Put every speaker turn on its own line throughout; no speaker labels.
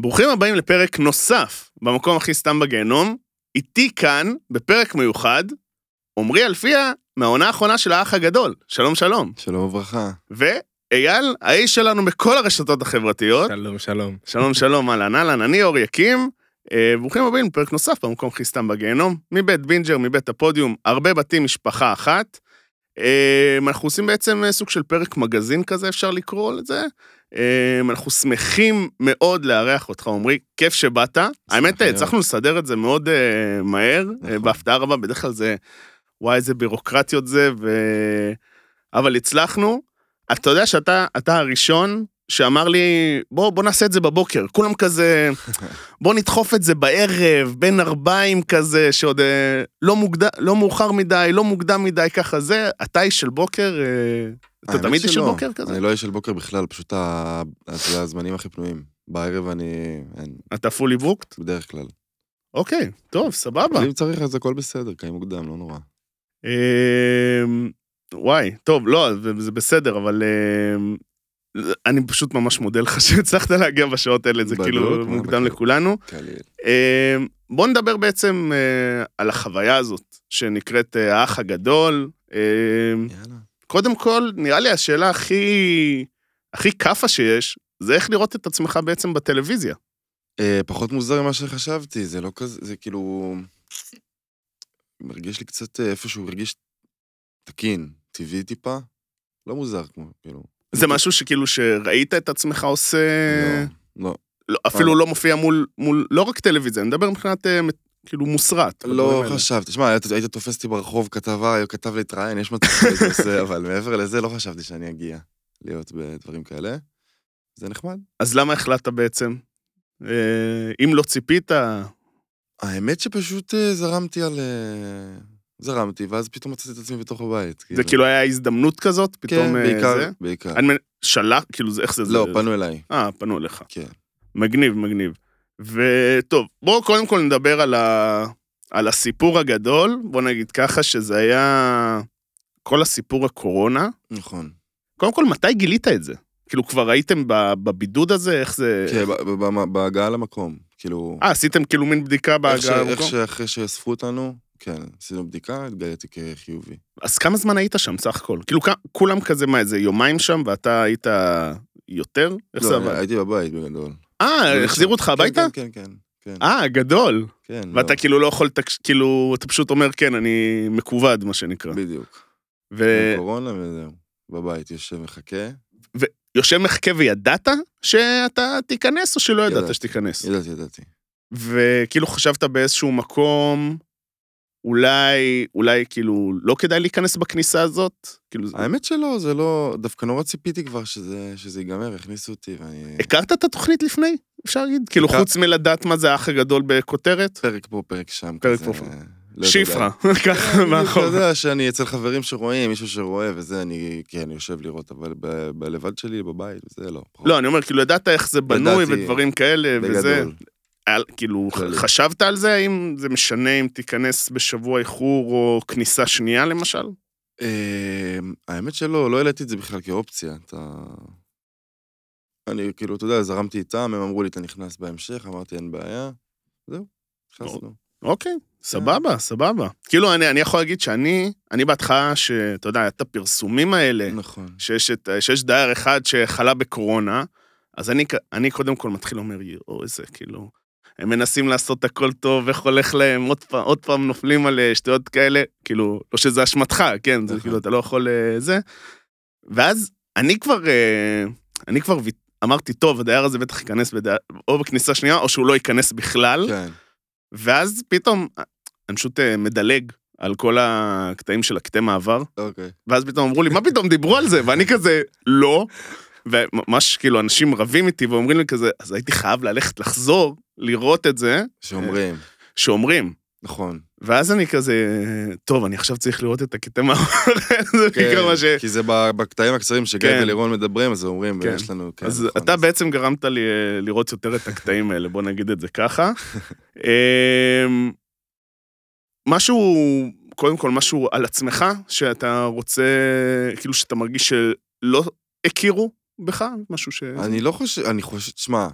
ברוכים הבאים לפרק נוסף במקום הכי סתם בגיהנום. איתי כאן, בפרק מיוחד, עמרי אלפיה מהעונה האחרונה של האח הגדול. שלום שלום.
שלום וברכה.
ואייל, האיש שלנו בכל הרשתות החברתיות.
שלום, שלום.
שלום שלום, אהלן אהלן, אני אור יקים. אה, ברוכים הבאים לפרק נוסף במקום הכי סתם בגיהנום, מבית בינג'ר, מבית הפודיום, הרבה בתים, משפחה אחת. אה, אנחנו עושים בעצם אה, סוג של פרק מגזין כזה, אפשר לקרוא לזה. אה, אנחנו שמחים מאוד לארח אותך, עמרי, כיף שבאת. האמת, אה,
להיות.
הצלחנו לסדר את זה מאוד אה, מהר, אה,
נכון.
בהפתעה רבה, בדרך כלל זה, וואי, איזה בירוקרטיות זה, ו... אבל הצלחנו. אתה יודע שאתה אתה הראשון שאמר לי, בוא, בוא נעשה את זה בבוקר. כולם כזה, בוא נדחוף את זה בערב, בין ארבעים כזה, שעוד אה, לא, מוגד... לא מאוחר מדי, לא מוקדם מדי, ככה זה. אתה איש של בוקר? אה, אתה
האמת
תמיד איש של
שלא.
בוקר כזה?
אני לא איש של בוקר בכלל, פשוט ה... אתה יודע, הזמנים הכי פנויים. בערב אני... אין,
אתה פולי בוקט?
בדרך כלל.
אוקיי, טוב, סבבה.
אבל אם צריך אז הכל בסדר, כי אני מוקדם, לא נורא.
אמ, וואי, טוב, לא, זה- זה בסדר, אבל אמ, אני פשוט ממש מודה לך שהצלחת להגיע בשעות האלה, זה
בדוק,
כאילו
מה,
מוקדם
בכיף.
לכולנו.
קליל.
אמ, בוא נדבר בעצם אה, על החוויה הזאת, שנקראת אה, האח הגדול. אמ,
יאללה.
קודם כל, נראה לי השאלה הכי, הכי כאפה שיש, זה איך לראות את עצמך בעצם בטלוויזיה.
אה, פחות מוזר ממה שחשבתי, זה לא כזה, זה כאילו... מרגיש לי קצת אה, איפשהו, הרגיש תקין, טבעי טיפה. לא מוזר כמו, כאילו.
זה משהו שכאילו שראית את עצמך עושה,
אה,
לא, לא,
לא, אפילו לא מופיע מול, מול, לא רק טלוויזיה, אני מדבר מבחינת אה, מת- כאילו מוסרט.
לא
בדברים האלה.
חשבתי. תשמע, היית- היית תופס אותי ברחוב כתבה, היה כתב להתראיין, יש מצב שהייתי עושה, אבל מעבר לזה לא חשבתי שאני אגיע להיות בדברים כאלה. זה נחמד.
אז למה החלטת בעצם? אה, אם לא ציפית,
האמת שפשוט אה, זרמתי על... אה, זרמתי, ואז פתאום מצאתי את עצמי בתוך הבית.
זה כאילו היה הזדמנות כזאת, פתאום
כן,
אה,
בעיקר,
זה?
בעיקר.
אני מנ- שלח, כאילו, זה- איך זה?
לא,
זה-
פנו אליי.
אה, פנו אליך.
כן.
מגניב, מגניב. וטוב, בואו קודם כל נדבר על, ה... על הסיפור הגדול, בוא נגיד ככה, שזה היה כל הסיפור הקורונה.
נכון.
קודם כל, מתי גילית את זה? כאילו, כבר הייתם ב... בבידוד הזה? איך זה...
כן, ב- ב- ב- בהגעה למקום. כאילו...
אה, עשיתם כאילו מין בדיקה
איך ש-
בהגעה
איך
למקום?
שאחרי שאספו אותנו, כן, עשינו בדיקה, התגליתי כחיובי.
אז כמה זמן היית שם סך הכל? כאילו, כ- כולם כזה, מה, איזה יומיים שם, ואתה היית יותר? איך זה
לא,
עבד?
הייתי בבית בגדול.
אה, החזירו אותך
כן,
הביתה?
כן, כן, כן, כן.
אה, גדול.
כן, לא.
ואתה כאילו לא יכול, לתקש- כאילו, אתה פשוט אומר, כן, אני מכובד, מה שנקרא.
בדיוק.
ו-
קורונה וזהו. בבית, יושב מחכה.
יושב מחכה וידעת שאתה תיכנס או שלא ידעת
ידעתי.
שתיכנס?
ידעתי, ידעתי.
וכאילו חשבת באיזשהו מקום, אולי, אולי כאילו לא כדאי להיכנס בכניסה הזאת? כאילו, זה-
האמת שלא, זה לא... דווקא נורא ציפיתי כבר שזה שזה ייגמר, הכניסו אותי ואני...
הכרת את התוכנית לפני? אפשר להגיד? כאילו
הכר-
חוץ מלדעת מה זה האח הגדול בכותרת?
פרק פה, פרק שם.
פרק
כזה,
פה,
אה,
פה.
לא יודע.
שיפרה,
כן,
ככה
בדיוק,
מאחור.
אתה יודע שאני אצל חברים שרואים, מישהו שרואה וזה, אני... כן, יושב לראות, אבל ב- בלבד שלי, בבית, וזה לא. פחות.
לא, אני אומר, כאילו ידעת איך זה בנוי
ידעתי,
ודברים כאלה וזה.
בגדול.
על- כאילו,
כללי.
חשבת על זה? האם זה משנה אם תיכנס בשבוע איחור או כניסה שנייה למשל?
אה, האמת שלא, לא העליתי את זה בכלל כאופציה. אתה... אני כאילו, אתה יודע, זרמתי איתם, הם אמרו לי, אתה נכנס בהמשך, אמרתי, אין בעיה. זהו, נכנסנו.
אוקיי,
כן.
סבבה, סבבה. כאילו, אני, אני יכול להגיד שאני, אני בהתחלה, שאתה יודע, את הפרסומים האלה,
נכון.
שיש, את, שיש דייר אחד שחלה בקורונה, אז אני, כ- אני קודם כל מתחיל אומר, יואו, איזה, כאילו, הם מנסים לעשות הכל טוב, איך הולך להם, עוד פעם, עוד פעם נופלים על אה, שטויות כאלה, כאילו, לא שזה אשמתך, כן, זה
נכון.
כאילו, אתה לא יכול אה, זה. ואז אני כבר, אה, אני כבר ויט- אמרתי, טוב, הדייר הזה בטח ייכנס בדייר, או בכניסה שנייה, או שהוא לא ייכנס בכלל.
כן.
ואז פתאום, אני פשוט אה, מדלג על כל הקטעים של הקטעי מעבר,
אוקיי.
ואז פתאום אמרו לי, מה פתאום דיברו על זה? ואני כזה, לא. וממש כאילו אנשים רבים איתי ואומרים לי כזה, אז הייתי חייב ללכת לחזור, לראות את זה, אה.
שאומרים,
שאומרים.
נכון.
ואז אני כזה, טוב, אני עכשיו צריך לראות את הקטעי מעבר, זה
כן,
בעיקר מה ש...
כי זה ב- בקטעים הקצרים שגיא
כן.
ולירון מדברים, אז אומרים,
כן.
ויש לנו... כן,
אז
נכון,
אתה בעצם גרמת לי אה, לראות יותר את הקטעים האלה, בוא נגיד את זה ככה. אמ, משהו, קודם כל משהו על עצמך, שאתה רוצה, כאילו שאתה מרגיש שלא הכירו בך, משהו ש...
אני לא חושב, אני חושב, תשמע,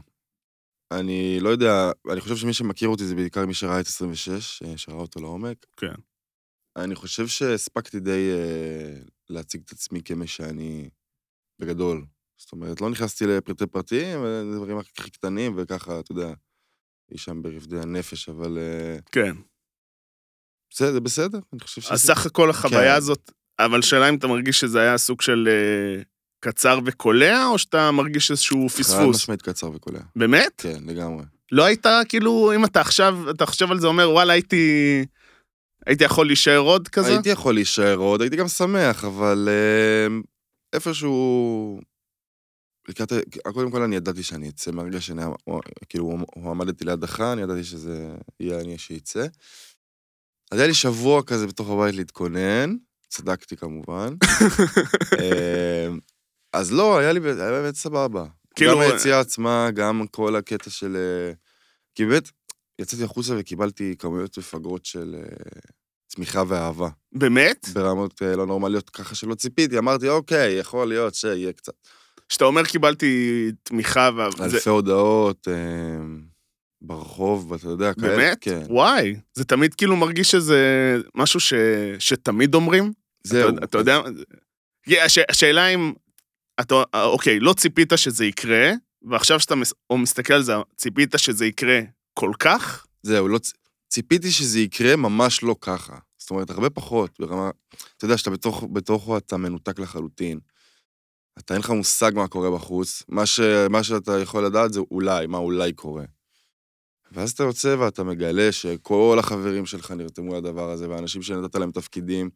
אני לא יודע, אני חושב שמי שמכיר אותי זה בעיקר מי שראה את 26, אה, שראה אותו לעומק.
כן.
אני חושב שהספקתי די אה, להציג את עצמי כמי שאני בגדול. זאת אומרת, לא נכנסתי לפרטי פרטים, אה, דברים הכי קטנים, וככה, אתה יודע, היא שם ברבדי הנפש, אבל אה,
כן.
בסדר, זה בסדר, אני חושב ש...
אז סך הכל החוויה
כן.
הזאת, אבל שאלה אם אתה מרגיש שזה היה סוג של אה, קצר וקולע, או שאתה מרגיש איזשהו
חד
פספוס?
משמעית קצר וקולע.
באמת?
כן, לגמרי.
לא היית, כאילו, אם אתה עכשיו, אתה חושב על זה, אומר, וואלה, הייתי... הייתי יכול להישאר עוד כזה?
הייתי יכול להישאר עוד, הייתי גם שמח, אבל אה, איפשהו... לקראת, ה- קודם כל אני ידעתי שאני אצא, מהרגע שאני כאילו הועמ- הועמדתי להדחה, אני ידעתי שזה יהיה אני שיצא. אז היה לי שבוע כזה בתוך הבית להתכונן, צדקתי כמובן. אה, אז לא, היה לי ב- היה באמת סבבה.
כאילו-
גם היציאה עצמה, גם כל הקטע של... אה, כי באמת, יצאתי החוצה וקיבלתי כמויות מפגרות של אה, תמיכה ואהבה.
באמת?
ברמות אה, לא נורמליות, ככה שלא ציפיתי. אמרתי, אוקיי, יכול להיות שיהיה קצת.
שאתה אומר קיבלתי תמיכה, ו... זה...
אלפי הודעות אה, ברחוב, אתה יודע, כאלה.
באמת?
כן.
וואי, זה תמיד כאילו מרגיש שזה משהו ש... שתמיד אומרים.
זהו.
אתה, אתה יודע, yeah, הש... השאלה אם, אתה... אוקיי, לא ציפית שזה יקרה, ועכשיו שאתה מס... או מסתכל על זה, ציפית שזה יקרה כל כך?
זהו, לא... צ- ציפיתי שזה יקרה ממש לא ככה. זאת אומרת, הרבה פחות, ברמה... אתה יודע, שאתה בתוך, בתוכו אתה מנותק לחלוטין. אתה אין לך מושג מה קורה בחוץ. מה, ש... מה שאתה יכול לדעת זה אולי, מה אולי קורה. ואז אתה יוצא ואתה מגלה שכל החברים שלך נרתמו לדבר הזה, והאנשים שנתת להם תפקידים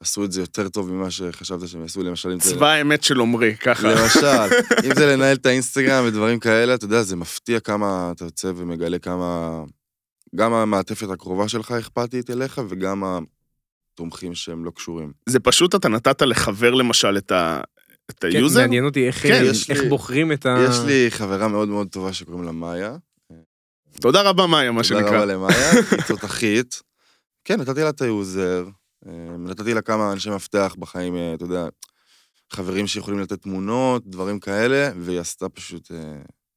עשו את זה יותר טוב ממה שחשבת שהם יעשו, למשל, אם זה... לא.
צבא האמת של עומרי, ככה.
למשל, אם זה לנהל את האינסטגרם ודברים כאלה, אתה יודע, זה מפתיע כמה אתה יוצא ומגלה כמה... גם המעטפת הקרובה שלך אכפתית אליך, וגם התומכים שהם לא קשורים.
זה פשוט אתה נתת לחבר למשל את, ה... את
כן,
היוזר?
מעניין אותי איך, אה,
כן,
יש
איך
לי-
בוחרים את ה...
יש לי חברה מאוד מאוד טובה שקוראים לה מאיה.
תודה רבה, מאיה, מה
תודה רבה
שנקרא.
למאיה, היא תותחית. כן, נתתי לה את היוזר, אה, נתתי לה כמה אנשי מפתח בחיים, אה, אתה יודע, חברים שיכולים לתת תמונות, דברים כאלה, והיא עשתה פשוט אה,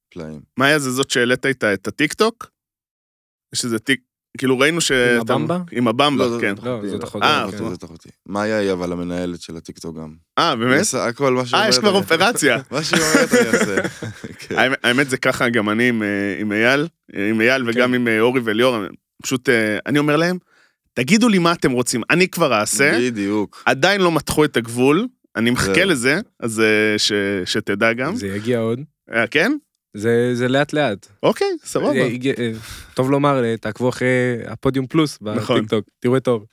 פלאים.
מאיה זה זאת שהעלית איתה את הטיקטוק? יש איזה טיק... כאילו ראינו ש...
הבמבה?
עם הבמבה,
לא, לא,
כן.
לא.
לא, זאת
אה,
אחותי.
אה,
כן.
אוקיי.
זאת אחותי. מאיה היא אבל המנהלת של הטיקטוק גם.
אה, באמת?
עושה הכל מה שהיא
אה, יש כבר
אומרת.
אופרציה.
מה שהיא אומרת אני אעשה. כן.
האמת- האמת זה ככה גם אני עם, אה, עם אייל, אה, עם אייל
כן.
וגם עם אה, אורי וליאור, אני- פשוט אה, אני אומר להם, תגידו לי מה אתם רוצים, אני כבר אעשה,
בדיוק.
עדיין לא מתחו את הגבול, אני מחכה
זהו.
לזה, אז אה, ש- שתדע גם.
זה יגיע עוד.
אה, כן?
זה, זה לאט לאט.
אוקיי, סבבה.
זה יגיע- אה, טוב לומר, אה, תעקבו אחרי הפודיום פלוס
נכון.
בטיקטוק, תראו את אור.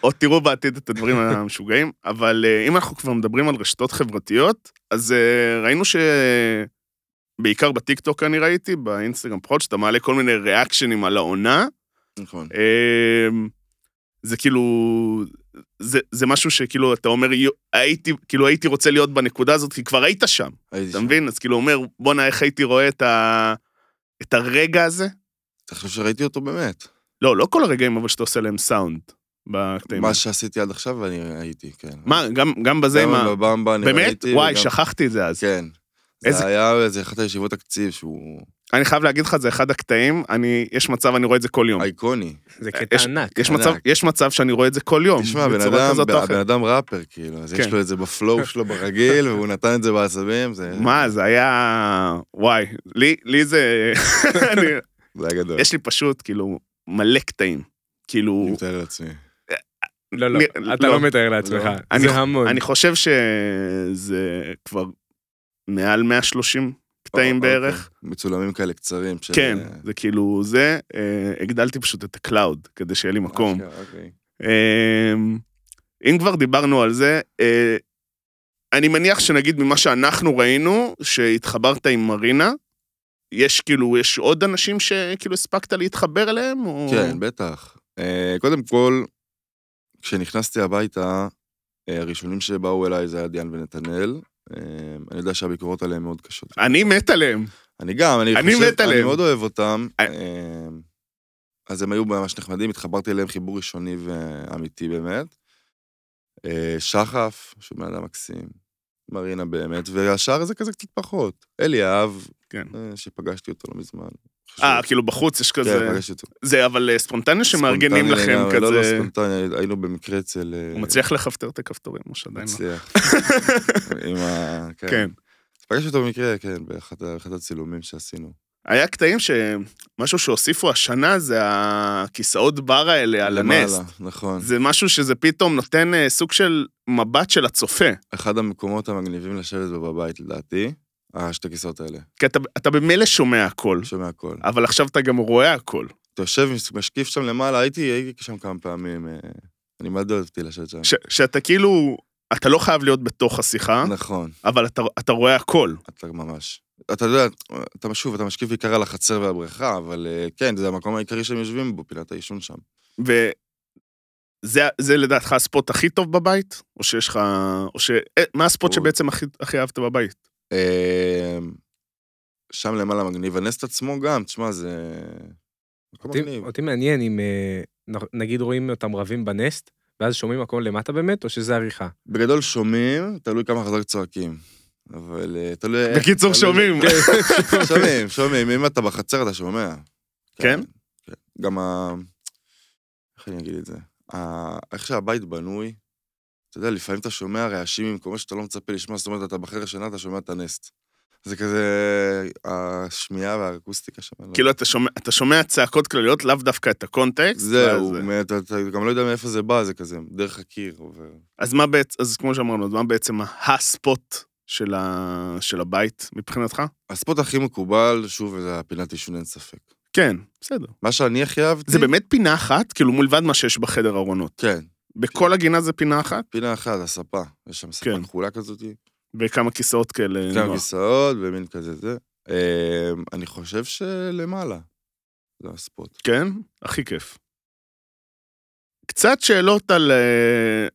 עוד תראו בעתיד את הדברים המשוגעים, אבל אה, אם אנחנו כבר מדברים על רשתות חברתיות, אז אה, ראינו ש... בעיקר בטיקטוק אני ראיתי, באינסטגרם פחות, שאתה מעלה כל מיני ריאקשנים על העונה.
נכון.
אמ, זה כאילו, זה, זה משהו שכאילו, אתה אומר, "יו- הייתי, כאילו הייתי רוצה להיות בנקודה הזאת, כי כבר היית שם,
הייתי
אתה
שם.
מבין? אז כאילו אומר, בואנה, איך הייתי רואה את, ה, את הרגע הזה?
אתה חושב שראיתי אותו באמת.
לא, לא כל הרגעים, אבל שאתה עושה להם סאונד בקטעים.
מה שעשיתי עד עכשיו אני הייתי, כן.
מה, גם, גם בזה עם ה...
גם בבמבה אני
באמת?
ראיתי.
וואי,
וגם-
שכחתי את זה אז.
כן.
איזה-
זה היה, זה אחת הישיבות תקציב שהוא
אני חייב להגיד לך, זה אחד הקטעים, אני, יש מצב, אני רואה את זה כל יום.
אייקוני.
זה קטע ענק.
אה, יש מצב,
ענק.
יש מצב שאני רואה את זה כל יום.
תשמע, בן
בצורה
אדם,
כזאת או
בן
אחרת.
אדם ראפר, כאילו, אז יש
כן.
לו את זה בפלואו שלו ברגיל, והוא נתן את זה בעצבים, זה
מה, זה היה... וואי, לי, לי זה... אני,
זה היה גדול.
יש לי פשוט, כאילו, מלא קטעים. כאילו,
אני מתאר לעצמי.
לא, לא,
מ-
אתה
לא.
לא מתאר לעצמך.
אני-
זה המון.
אני חושב שזה כבר מעל 130 קטעים
אוקיי.
בערך.
מצולמים כאלה קצרים. של- אה,
כן, זה כאילו זה. אה, הגדלתי פשוט את הקלאוד, כדי שיהיה לי מקום.
אשכרה, אוקיי.
אה, אם כבר דיברנו על זה, אה, אני מניח שנגיד ממה שאנחנו ראינו, שהתחברת עם מרינה, יש כאילו, יש עוד אנשים שכאילו הספקת להתחבר אליהם? או...
כן, בטח. אה, קודם כל, כשנכנסתי הביתה, אה, הראשונים שבאו אליי זה היה דיאן ונתנאל. אה, אני יודע שהביקורות עליהם מאוד קשות.
אני מת עליהם.
אני גם, אני
אני
חושב,
מת
אני
עליהם.
מאוד אוהב אותם.
אה,
אה, אז הם היו ממש נחמדים, התחברתי אליהם חיבור ראשוני ואמיתי באמת. אה, שחף, שהוא בן אדם מקסים, מרינה באמת, והשאר זה כזה קצת פחות. אלי אהב,
כן.
אה, שפגשתי אותו לא מזמן.
אה, כאילו בחוץ יש
כן,
כזה...
פגשתי אותו.
זה אבל אה, ספונטני שמארגנים
ספונטני
לכם
לגמרי, לא, לא
כזה...
ספונטני, היינו במקרה אצל... אה,
הוא מצליח לכפתר את הכפתורים, או שעדיין לא.
מצליח. עם ה...
כן.
כן. פגשתי אותו במקרה, כן, באחד ה- אחד הצילומים שעשינו.
היה קטעים שמשהו שהוסיפו השנה זה הכיסאות בר האלה על
למעלה,
הנס.
נכון.
זה משהו שזה פתאום נותן אה, סוג של מבט של הצופה.
אחד המקומות המגניבים לשבת בו בבית, לדעתי, השתי כיסאות האלה.
כי אתה, אתה במילא שומע הכל,
שומע הכל.
אבל עכשיו אתה גם רואה הכל.
אתה יושב, משקיף שם למעלה, הייתי הייתי שם כמה פעמים. אה, אני מאוד אוהבתי לשבת שם.
ש, שאתה כאילו, אתה לא חייב להיות בתוך השיחה,
נכון,
אבל אתה, אתה רואה הכל.
אתה לא- ממש. אתה יודע, אתה שוב, אתה משקיף בעיקר על החצר והבריכה, אבל אה, כן, זה המקום העיקרי שהם יושבים בו, פינת העישון שם.
וזה זה לדעתך הספוט הכי טוב בבית? או שיש לך... או ש... אה, מה הספוט
הוא-
שבעצם הכי, הכי אהבת בבית?
אה, שם למעלה מגניב. הנסט עצמו גם, תשמע, זה... מקום
אותי-
מגניב.
אותי מעניין אם אה, נ- נגיד רואים אותם רבים בנסט, ואז שומעים הכל למטה באמת, או שזה עריכה.
בגדול שומעים, תלוי כמה חזק צועקים. אבל אה, כן. תלוי... איך-
בקיצור,
תלוי-
שומעים.
שומעים, שומעים. אם אתה בחצר, אתה שומע.
כן?
כן. גם ה... איך אני אגיד את זה? ה- איך שהבית בנוי, אתה יודע, לפעמים אתה שומע רעשים ממקומות שאתה לא מצפה לשמוע, זאת אומרת, אתה בחדר שינה, אתה שומע את הנסט. זה כזה... השמיעה והאקוסטיקה שם. אני לא
כאילו, אתה שומע, אתה שומע צעקות כלליות, לאו דווקא את הקונטקסט.
זהו,
ואז- אה,
מ- אתה אתה גם לא יודע מאיפה זה בא, זה כזה, דרך הקיר עובר.
אז מה בעצם, אז כמו שאמרנו, אז מה בעצם הספוט של, ה... של הבית מבחינתך?
הספוט הכי מקובל, שוב, זה הפינת עישון, אין ספק.
כן, בסדר.
מה שאני הכי אהבתי...
זה באמת פינה אחת, כאילו מלבד מה שיש בחדר ארונות.
כן,
בכל הגינה זה פינה אחת,
פינה אחת, הספה. יש שם ספה
כן.
כחולה כזאת,
וכמה כיסאות כאלה.
כמה
נוח.
כיסאות ומין כזה זה. אה, אני חושב שלמעלה. זה הספוט.
כן, הכי כיף. קצת שאלות על אה,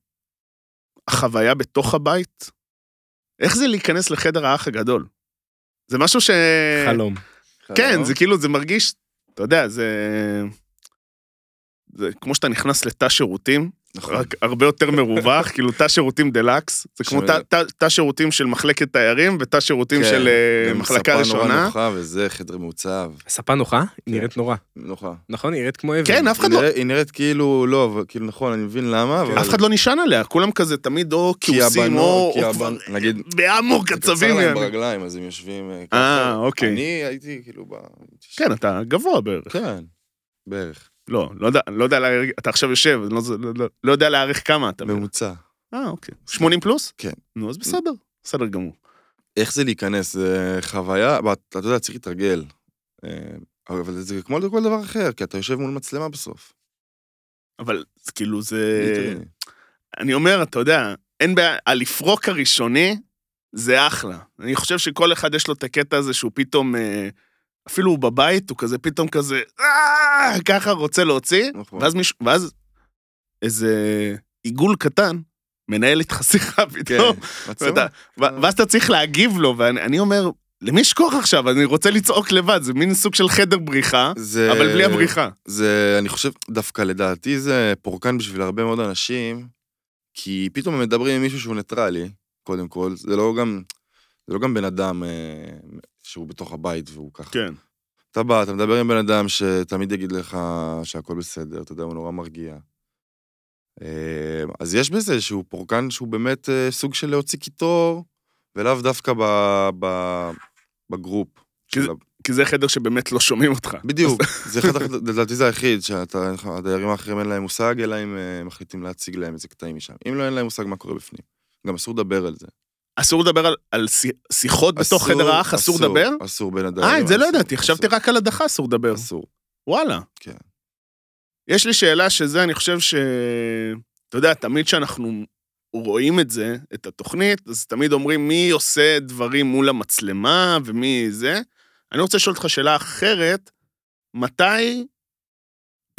החוויה בתוך הבית. איך זה להיכנס לחדר האח הגדול? זה משהו ש...
חלום.
כן,
לא?
זה כאילו, זה מרגיש, אתה יודע, זה... זה כמו שאתה נכנס לתא שירותים,
נכון.
רק הרבה יותר מרווח, כאילו תא שירותים דלקס, זה כמו
ש-
תא- תא- תא שירותים של מחלקת תיירים ותא שירותים
כן,
של אה,
גם
מחלקה
ספה נורא
ראשונה.
נוחה וזה, חדר מעוצב.
הספה נוחה? היא נראית נורא.
נוחה.
נכון? היא נראית כמו אבן.
כן, אף אחד לא-
היא נראית- היא נראית כאילו, לא, אבל כאילו נכון, אני מבין למה, אבל...
אף אחד לא נשען עליה, כולם כזה תמיד או
כי
כיוסים
הבנות-
או
כי
או
הבנ-
כבר-
נגיד,
באמוק עצבים.
קצר להם
יעני.
ברגליים, אז הם יושבים... אה,
אה,
ככה.
אוקיי.
אני הייתי כאילו ב...
כן, אתה גבוה בערך.
כן, בערך.
לא, לא יודע- לא יודע להעריך, אתה עכשיו יושב, לא- לא- לא- לא יודע להעריך כמה אתה.
ממוצע.
אה, אוקיי. 80 פלוס?
כן.
נו, אז בסדר, בסדר גמור.
איך זה להיכנס? זה חוויה, אבל אתה יודע, צריך להתרגל. אה, אבל זה כמו לכל דבר אחר, כי אתה יושב מול מצלמה בסוף.
אבל זה כאילו
בלי
זה...
טריני.
אני אומר, אתה יודע, אין בעיה, הלפרוק הראשוני זה אחלה. אני חושב שכל אחד יש לו את הקטע הזה שהוא פתאום, אה, אפילו הוא בבית, הוא כזה פתאום כזה, "אה", ככה רוצה להוציא,
נכון.
ואז מישהו, ואז איזה עיגול קטן מנהל איתך שיחה
כן,
פתאום,
מצלמה.
ו- ואז אתה צריך להגיב לו, ואני אני אומר, למי יש כוח עכשיו? אני רוצה לצעוק לבד, זה מין סוג של חדר בריחה,
זה...
אבל בלי הבריחה.
זה, אני חושב, דווקא לדעתי זה פורקן בשביל הרבה מאוד אנשים, כי פתאום הם מדברים עם מישהו שהוא ניטרלי, קודם כל. זה לא גם, זה לא גם בן אדם אה, שהוא בתוך הבית והוא ככה.
כן.
אתה בא, אתה מדבר עם בן אדם שתמיד יגיד לך שהכל בסדר, אתה יודע, הוא נורא מרגיע. אה, אז יש בזה איזשהו פורקן שהוא באמת אה, סוג של להוציא קיטור, ולאו דווקא ב, ב, בגרופ.
כי
של ה-
כי זה חדר שבאמת לא שומעים אותך.
בדיוק, זה אחד, הח- לדעתי זה היחיד, שהדיירים האחרים אין להם מושג, אלא אם אה, מחליטים להציג להם איזה קטעים משם. אם לא, אין להם מושג מה קורה בפנים. גם אסור לדבר על זה.
אסור לדבר על, על שי- שיחות בתוך
אסור-
חדר האח, אסור לדבר?
אסור בין הדיירים.
אה, את זה לא
אסור,
ידעתי, חשבתי
אסור,
רק על הדחה אסור לדבר.
אסור.
וואלה.
כן.
יש לי שאלה שזה, אני חושב ש... אתה יודע, תמיד כשאנחנו רואים את זה, את התוכנית, אז תמיד אומרים מי עושה דברים מול המצלמה ומי זה. אני רוצה לשאול אותך שאלה אחרת, מתי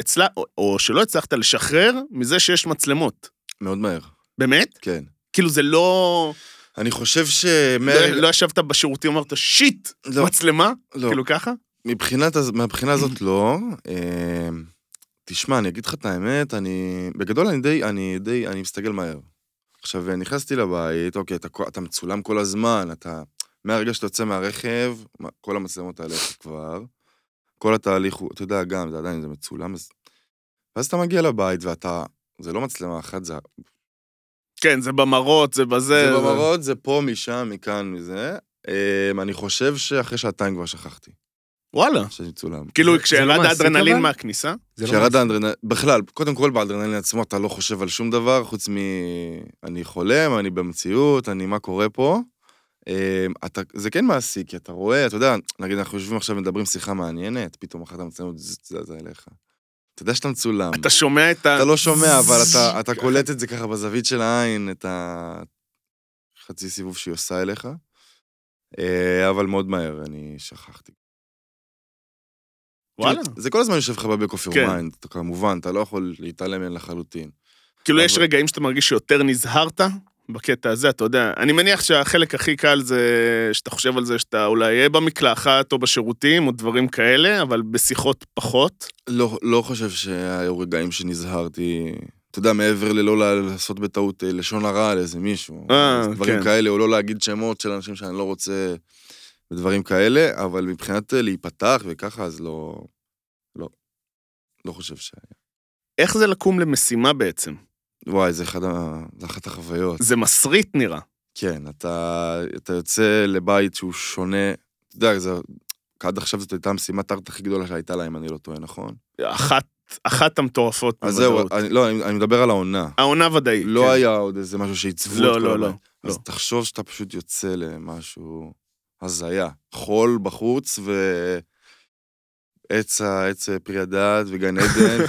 הצלח... או, או שלא הצלחת לשחרר מזה שיש מצלמות?
מאוד מהר,
באמת?
כן.
כאילו זה לא...
אני חושב ש...
לא, לא ישבת בשירותים ואמרת, שיט,
לא,
מצלמה?
לא.
כאילו ככה?
מבחינת, הז- מהבחינה הזאת לא. אמ, תשמע, אני אגיד לך את האמת, אני... בגדול אני די, אני די, אני מסתגל מהר. עכשיו, נכנסתי לבית, אוקיי, אתה, כל- אתה מצולם כל הזמן, אתה... מהרגע שאתה יוצא מהרכב, מה- כל המצלמות עליך כבר. כל התהליך הוא, אתה יודע, גם, זה עדיין, זה מצולם, אז... ואז אתה מגיע לבית ואתה... זה לא מצלמה אחת, זה
כן, זה במראות, זה בזה.
זה במראות, זה פה, משם, מכאן, מזה. אמ, אני חושב שאחרי שעתיים כבר שכחתי
וואלה.
שאני מצולם.
כאילו,
זה לא
כשירד
מעסיק
האדרנלין
אבל?
מהכניסה,
זה לא
כשירד
מעשי.
האדרנלין, בכלל, קודם כל באדרנלין עצמו אתה לא חושב על שום דבר, חוץ מ... אני חולם, אני במציאות, אני מה קורה פה. אמ, אתה, זה כן מעסיק, כי אתה רואה, אתה יודע, נגיד אנחנו יושבים עכשיו ומדברים שיחה מעניינת, פתאום אחת המצלמות זזה אליך. אתה יודע שאתה מצולם.
אתה שומע את ה...
אתה לא שומע, אבל אתה, אתה קולט את זה ככה בזווית של העין, את החצי סיבוב שהיא עושה אליך. אה, אבל מאוד מהר, אני שכחתי.
וואלה.
זה כל הזמן יושב לך בבק אוף יור
כן.
מיינד, כמובן, אתה לא יכול להתעלם ממנה לחלוטין.
כאילו, יש
אבל-
רגעים שאתה מרגיש שיותר נזהרת בקטע הזה, אתה יודע. אני מניח שהחלק הכי קל זה שאתה חושב על זה שאתה אולי יהיה במקלחת או בשירותים או דברים כאלה, אבל בשיחות פחות.
לא, לא חושב שהיו רגעים שנזהרתי, אתה יודע, מעבר ללא ל- לעשות בטעות אה, לשון הרע על איזה מישהו.
אה,
אז דברים
כן.
כאלה, או לא להגיד שמות של אנשים שאני לא רוצה, ודברים כאלה, אבל מבחינת אה, להיפתח וככה, אז לא... לא. לא חושב ש...
איך זה לקום למשימה בעצם?
וואי, זה, אחד ה... זה אחת החוויות.
זה מסריט נראה.
כן, אתה, אתה יוצא לבית שהוא שונה, אתה יודע, זה... עד עכשיו זאת הייתה משימת הארט הכי גדולה שהייתה לה, אם אני לא טועה, נכון?
אחת, אחת המטורפות
אז זהו,
בוודאות.
אני, לא, אני, אני מדבר על העונה.
העונה ודאי.
לא
כן.
היה עוד איזה משהו שעיצבו
לא,
את כל
לא,
הבית.
לא,
אז
לא.
תחשוב שאתה פשוט יוצא למשהו הזיה. חול בחוץ ו... עץ, ה- עץ פרי הדעת וגן עדן,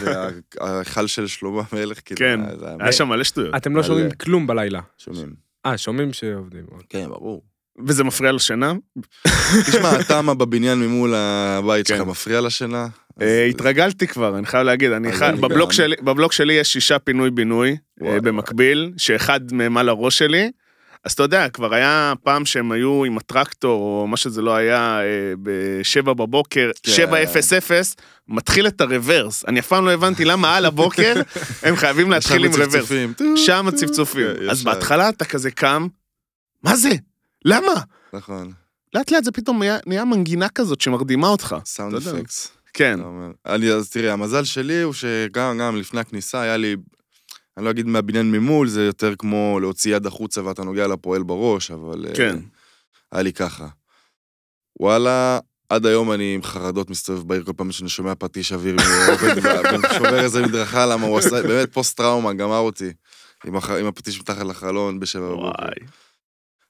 וההיכל של שלמה המלך, כאילו,
כן,
זה היה
היה שם מלא שטויות.
אתם לא
מלא.
שומעים כלום בלילה.
שומעים.
אה, שומעים שעובדים. אוקיי.
כן, ברור.
וזה מפריע לשינה?
תשמע, התמה בבניין ממול הבית שלך
כן.
מפריע לשינה? אז-
אה, התרגלתי כבר, אני חייב להגיד, אני
אז
חי...
אני גם.
בבלוק שלי- בבלוק שלי יש שישה פינוי-בינוי אה,
וואי,
במקביל, שאחד מהם על הראש שלי. אז אתה יודע, כבר היה פעם שהם היו עם הטרקטור, או מה שזה לא היה, אה, בשבע בבוקר,
כן.
שבע אפס אפס, מתחיל את הרוורס. אני אף פעם לא הבנתי למה על הבוקר הם חייבים להתחיל עם
עכשיו
רוורס.
מצפצפים, טו,
שם
טו,
הצפצופים.
כן,
אז
ישר.
בהתחלה אתה כזה קם, מה זה? למה?
נכון,
לאט לאט זה פתאום נהיה- נהיה מנגינה כזאת שמרדימה אותך.
סאונד
אתה יודע.
אפקס.
כן.
אתה אומר. אני, אז תראה, המזל שלי הוא שגם גם לפני הכניסה היה לי, אני לא אגיד מהבניין ממול, זה יותר כמו להוציא יד החוצה ואתה נוגע לפועל בראש, אבל... אה,
כן.
היה לי ככה. וואלה, עד היום אני עם חרדות מסתובב בעיר כל פעם שאני שומע פטיש אוויר ועובד ב- ושובר איזה מדרכה, למה הוא עשה, באמת פוסט-טראומה, גמר אותי. עם, הח... עם הפטיש מתחת לחלון בשבע בבוקר.
וואי.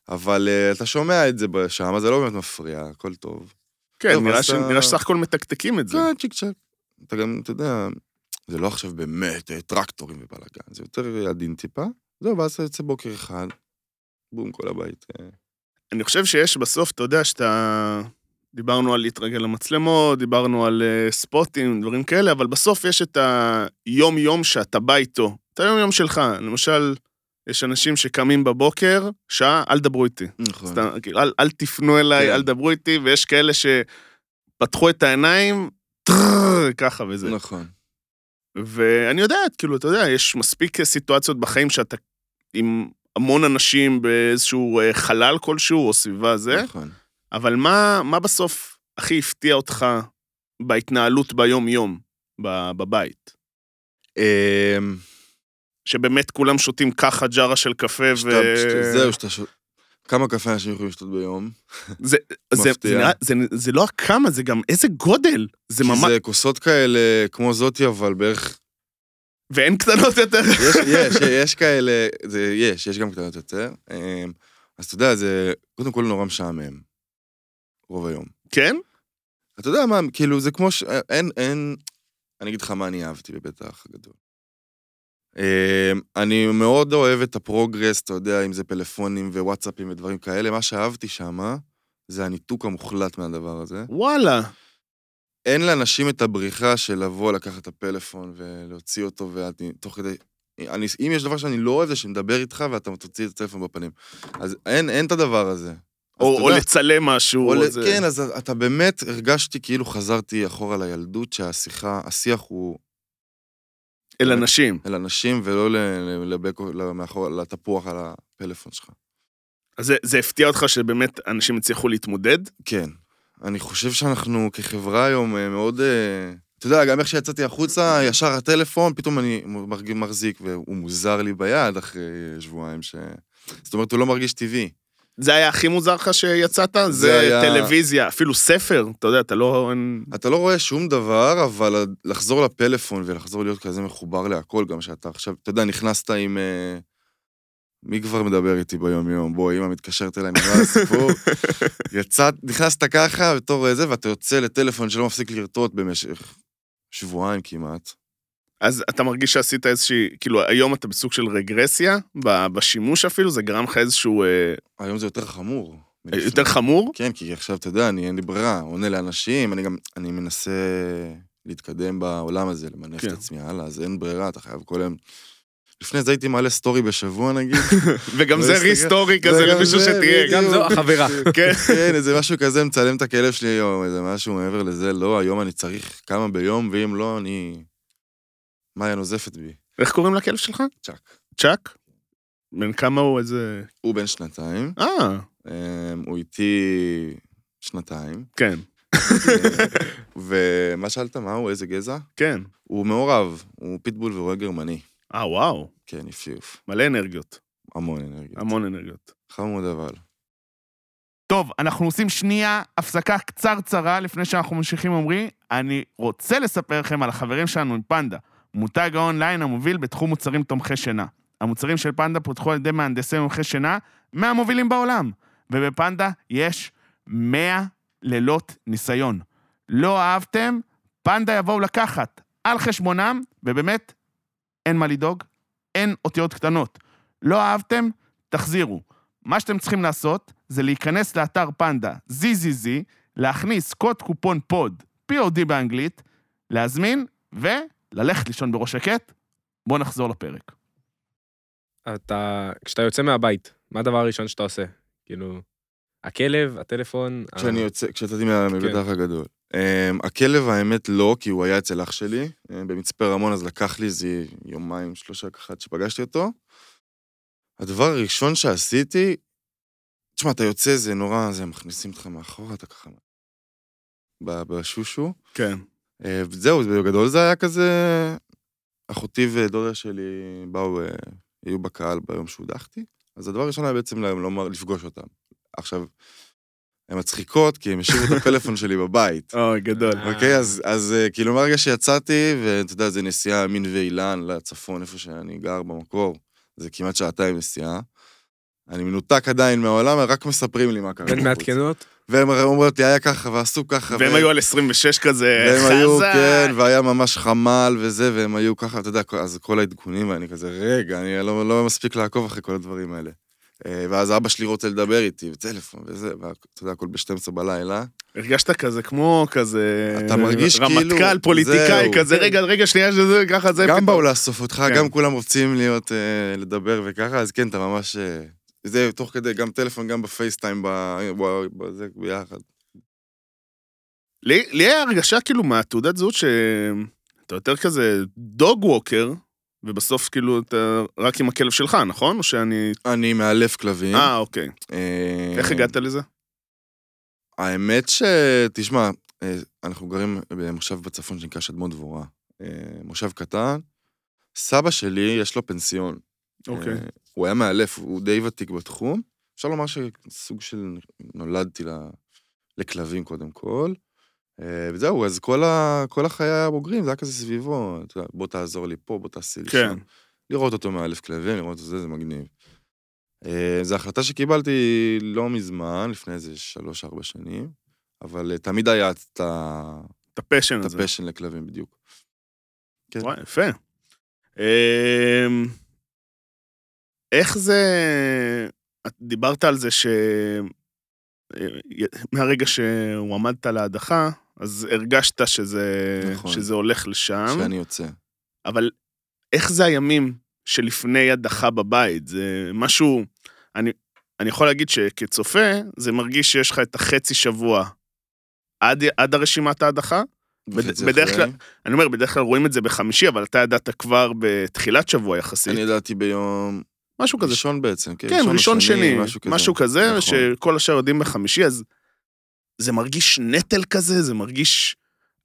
אבל אה, אתה שומע את זה שם, אז זה לא באמת מפריע, הכל טוב.
כן,
טוב,
נראה
אז אה,
ש-
אתה-
נראה שסך הכל מתקתקים את זה.
כן, צ'יק צ'ק. אתה גם, אתה יודע, זה לא עכשיו באמת אה, טרקטורים ובלאגן, זה יותר עדין טיפה. זהו, ואז אתה יוצא בוקר אחד, בום, כל הבית. אה,
אני חושב שיש בסוף, אתה יודע, שאתה... דיברנו על להתרגל למצלמות, דיברנו על אה, ספוטים, דברים כאלה, אבל בסוף יש את היום-יום שאתה בא איתו. את היום-יום שלך. למשל, יש אנשים שקמים בבוקר, שעה, אל דברו איתי.
נכון.
סתם, כאילו, אל, אל תפנו אליי,
כן.
אל דברו איתי, ויש כאלה שפתחו את העיניים, טררר, ככה וזה.
נכון.
ואני יודעת, כאילו, אתה יודע, יש מספיק אה, סיטואציות בחיים שאתה עם המון אנשים באיזשהו אה, חלל כלשהו, או סביבה זה,
נכון.
אבל מה, מה בסוף הכי הפתיע אותך בהתנהלות ביום-יום, ב- בבית?
אמ,
שבאמת כולם שותים ככה ג'רה של קפה, ו...
שאתה- שאתה- זהו, שאתה שותה. כמה קפה אנשים יכולים לשתות ביום?
זה, זה,
מפתיע.
זה, נראה- זה, זה לא הכמה, זה גם איזה גודל. זה
כי
ממש...
זה כוסות כאלה, כמו זאתי, אבל בערך...
ואין קטנות יותר.
יש, יש, יש כאלה, זה, יש, יש גם קטנות יותר. אמ, אז אתה יודע, זה קודם כל נורא משעמם. רוב היום.
כן?
אתה יודע מה, כאילו, זה כמו ש... אין, אין... אני אגיד לך מה אני אהבתי בבית האח הגדול. אמ, אני מאוד אוהב את הפרוגרס, אתה יודע, אם זה פלאפונים ווואטסאפים ודברים כאלה. מה שאהבתי שמה, זה הניתוק המוחלט מהדבר הזה.
וואלה.
אין לאנשים את הבריחה של לבוא, לקחת את הפלאפון ולהוציא אותו, ואני תוך כדי... אני, אם יש דבר שאני לא אוהב, זה שמדבר איתך ואתה תוציא את הטלפון בפנים. אז אין, אין את הדבר הזה. אז
או,
אתה
או
יודע-
לצלם משהו.
או
או
ל-
זה.
כן, אז אתה באמת, הרגשתי כאילו חזרתי אחורה לילדות, שהשיחה, השיח הוא
אל אנשים.
אל אנשים ולא ל- ל- לבק- למאחור- לתפוח על הפלאפון שלך.
אז זה, זה הפתיע אותך שבאמת אנשים הצליחו להתמודד?
כן. אני חושב שאנחנו כחברה היום אה, מאוד... אה, אתה יודע, גם איך שיצאתי החוצה, ישר הטלפון, פתאום אני מרג- מחזיק, והוא מוזר לי ביד אחרי שבועיים ש... זאת אומרת, הוא לא מרגיש טבעי.
זה היה הכי מוזר לך שיצאת? זה,
זה היה-
טלוויזיה, אפילו ספר, אתה יודע, אתה לא... אין-
אתה לא רואה שום דבר, אבל לחזור לפלאפון ולחזור להיות כזה מחובר להכל, גם שאתה עכשיו, אתה יודע, נכנסת עם... אה, מי כבר מדבר איתי ביום-יום? בוא, אמא מתקשרת אליי, נגמר הסיפור. יצאת, נכנסת ככה בתור זה, ואתה יוצא לטלפון שלא מפסיק לרטוט במשך שבועיים כמעט.
אז אתה מרגיש שעשית איזושהי... כאילו, היום אתה בסוג של רגרסיה, ב- בשימוש אפילו, זה גרם לך איזשהו... אה,
היום זה יותר חמור. מלפני.
יותר חמור?
כן, כי עכשיו, אתה יודע, אני, אין לי ברירה, עונה לאנשים, אני גם, אני מנסה להתקדם בעולם הזה, למנף
כן.
את עצמי הלאה, אז אין ברירה, אתה חייב כל היום... לפני זה הייתי מעלה סטורי בשבוע, נגיד.
וגם
לא
זה
הסתכל-
ריסטורי
זה
כזה
גם
למישהו
זה,
שתהיה.
בדיוק.
גם זו החברה.
כן.
כן, איזה משהו כזה, מצלם את הכלב שלי, או איזה משהו מעבר לזה, לא, היום אני צריך כמה ביום, ואם לא, אני... מאיה נוזפת בי.
איך קוראים לכלב שלך?
צ'אק.
צ'אק? בן כמה הוא איזה...
הוא בן שנתיים,
אה,
אה, הוא איתי שנתיים.
כן,
אה, ומה שאלת, מה הוא, איזה גזע?
כן.
הוא מעורב, הוא פיטבול ורועה גרמני.
אה, וואו,
כן, יפיוף.
מלא אנרגיות.
המון אנרגיה.
המון אנרגיות.
חמוד אבל.
טוב, אנחנו עושים שנייה הפסקה קצרצרה לפני שאנחנו ממשיכים, עמרי. אני רוצה לספר לכם על החברים שלנו עם פנדה, מותג האונליין המוביל בתחום מוצרים תומכי שינה. המוצרים של פנדה פותחו על ידי מהנדסי מומחי שינה מהמובילים בעולם, ובפנדה יש 100 לילות ניסיון. לא אהבתם? פנדה יבואו לקחת על חשבונם, ובאמת, אין מה לדאוג, אין אותיות קטנות. לא אהבתם? תחזירו. מה שאתם צריכים לעשות זה להיכנס לאתר פנדה ZZZ, להכניס קוד קופון פוד, POD באנגלית, להזמין וללכת לישון בראש שקט. בואו נחזור לפרק.
אתה, כשאתה יוצא מהבית, מה הדבר הראשון שאתה עושה? כאילו, הכלב, הטלפון... ה-
כשאני יוצא, כשיצאתי מהמבית
אה. כן.
האח הגדול. אמ, הכלב, האמת, לא, כי הוא היה אצל אח שלי, אמ, במצפה רמון, אז לקח לי איזה יומיים, שלושה ככה עד שפגשתי אותו. הדבר הראשון שעשיתי, תשמע, אתה יוצא, זה נורא, זה מכניסים אותך מאחורה, אתה ככה... ב- בשושו.
כן.
אה, וזהו, זה בגדול זה היה כזה... אחותי ודודה שלי באו, אה, היו בקהל ביום שהודחתי, אז הדבר הראשון היה בעצם להם לומר, לפגוש אותם. עכשיו, הן מצחיקות, כי הם השאירו את הפלאפון שלי בבית.
אוי, גדול.
אה.
אוקיי, אז, אז אה, כאילו מהרגע שיצאתי, ואתה יודע, זה נסיעה מין ואילן לצפון, איפה שאני גר במקור, זה כמעט שעתיים נסיעה. אני מנותק עדיין מהעולם, רק מספרים לי מה קרה.
הן
בחוץ.
מעדכנות?
והן אומרות לי, היה ככה ועשו ככה.
והם
ו-
היו על 26 כזה,
והם היו,
חזק.
כן, והיה ממש חמ"ל וזה, והם היו ככה, אתה יודע, כל- אז כל העדכונים, ואני כזה, רגע, אני לא, לא מספיק לעקוב אחרי כל הדברים האלה. אה, ואז אבא שלי רוצה לדבר איתי, בטלפון וזה, ואתה יודע, הכל ב-12 בלילה.
הרגשת כזה כמו כזה...
אתה מרגיש כאילו-
רמטכ"ל, פוליטיקאי,
זהו.
כזה, רגע, רגע, שנייה, שזה, ככה זה...
גם
פתאום.
באו לאסוף אותך,
כן.
גם כולם רוצים להיות, אה, לדבר וככה, אז כן, אתה ממש... אה, זה תוך כדי, גם טלפון, גם בפייסטיים, ב- ב- בזה, ביחד.
לי לי היה הרגשה כאילו מהתעודת זהות שאתה יותר כזה דוג ווקר, ובסוף כאילו אתה רק עם הכלב שלך, נכון? או שאני...
אני מאלף כלבים.
אה, אוקיי.
כן. אה,
איך הגעת לזה?
האמת ש... תשמע, אה, אנחנו גרים במושב בצפון שנקרא שדמון דבורה. אה, מושב קטן. סבא שלי, יש לו פנסיון.
אוקיי.
אה, הוא היה מאלף, הוא די ותיק בתחום. אפשר לומר שסוג של נולדתי ל- לכלבים קודם כל. אה, וזהו, אז כל, ה... כל החיי הבוגרים, זה היה כזה סביבו, אתה יודע, בוא תעזור לי פה, בוא תעשי לי
כן.
שם. לראות אותו מאלף כלבים, לראות אותו זה, זה מגניב. אה, זו החלטה שקיבלתי לא מזמן, לפני איזה שלוש-ארבע שנים, אבל אה, תמיד היה את ה-
את הפשן
את
הזה.
הפשן לכלבים בדיוק. כן.
וואי, יפה. אמ, איך זה... את דיברת על זה ש... אה, מהרגע שהועמדת להדחה, אז הרגשת שזה,
נכון.
שזה הולך לשם.
שאני יוצא.
אבל איך זה הימים שלפני הדחה בבית? זה משהו... אני, אני יכול להגיד שכצופה, זה מרגיש שיש לך את החצי שבוע עד, עד הרשימת ההדחה,
וחצי
בדרך
אחרי.
כלל- אני אומר, בדרך כלל רואים את זה בחמישי, אבל אתה ידעת כבר בתחילת שבוע
אני
יחסית.
ידעתי ביום
משהו כזה.
ראשון בעצם, כן,
כן,
או
ראשון, שני, משהו כזה,
נכון.
שכל השאר יודעים בחמישי, אז זה מרגיש נטל כזה, זה מרגיש...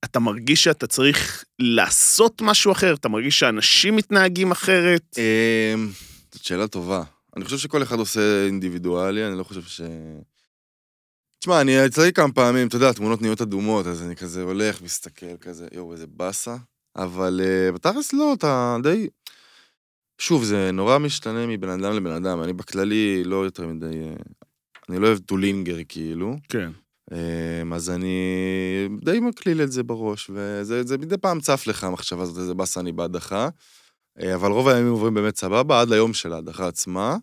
אתה מרגיש שאתה צריך לעשות משהו אחר, אתה מרגיש שאנשים מתנהגים אחרת.
אמ, זאת שאלה טובה. אני חושב שכל אחד עושה אינדיבידואלי, אני לא חושב ש... תשמע, אני אצלי כמה פעמים, אתה יודע, התמונות נהיות אדומות, אז אני כזה הולך, מסתכל כזה, יואו, איזה באסה. אבל אה, בתכלס לא, אתה די... שוב, זה נורא משתנה מבן אדם לבן אדם, אני בכללי לא יותר מדי... אה, אני לא אוהב to linger, כאילו.
כן.
אמ, אז אני די מקליל את זה בראש, וזה זה מדי פעם צף לך המחשבה הזאת, איזה באסה אני בהדחה. אה, אבל רוב הימים עוברים באמת סבבה, עד ליום של ההדחה עצמה.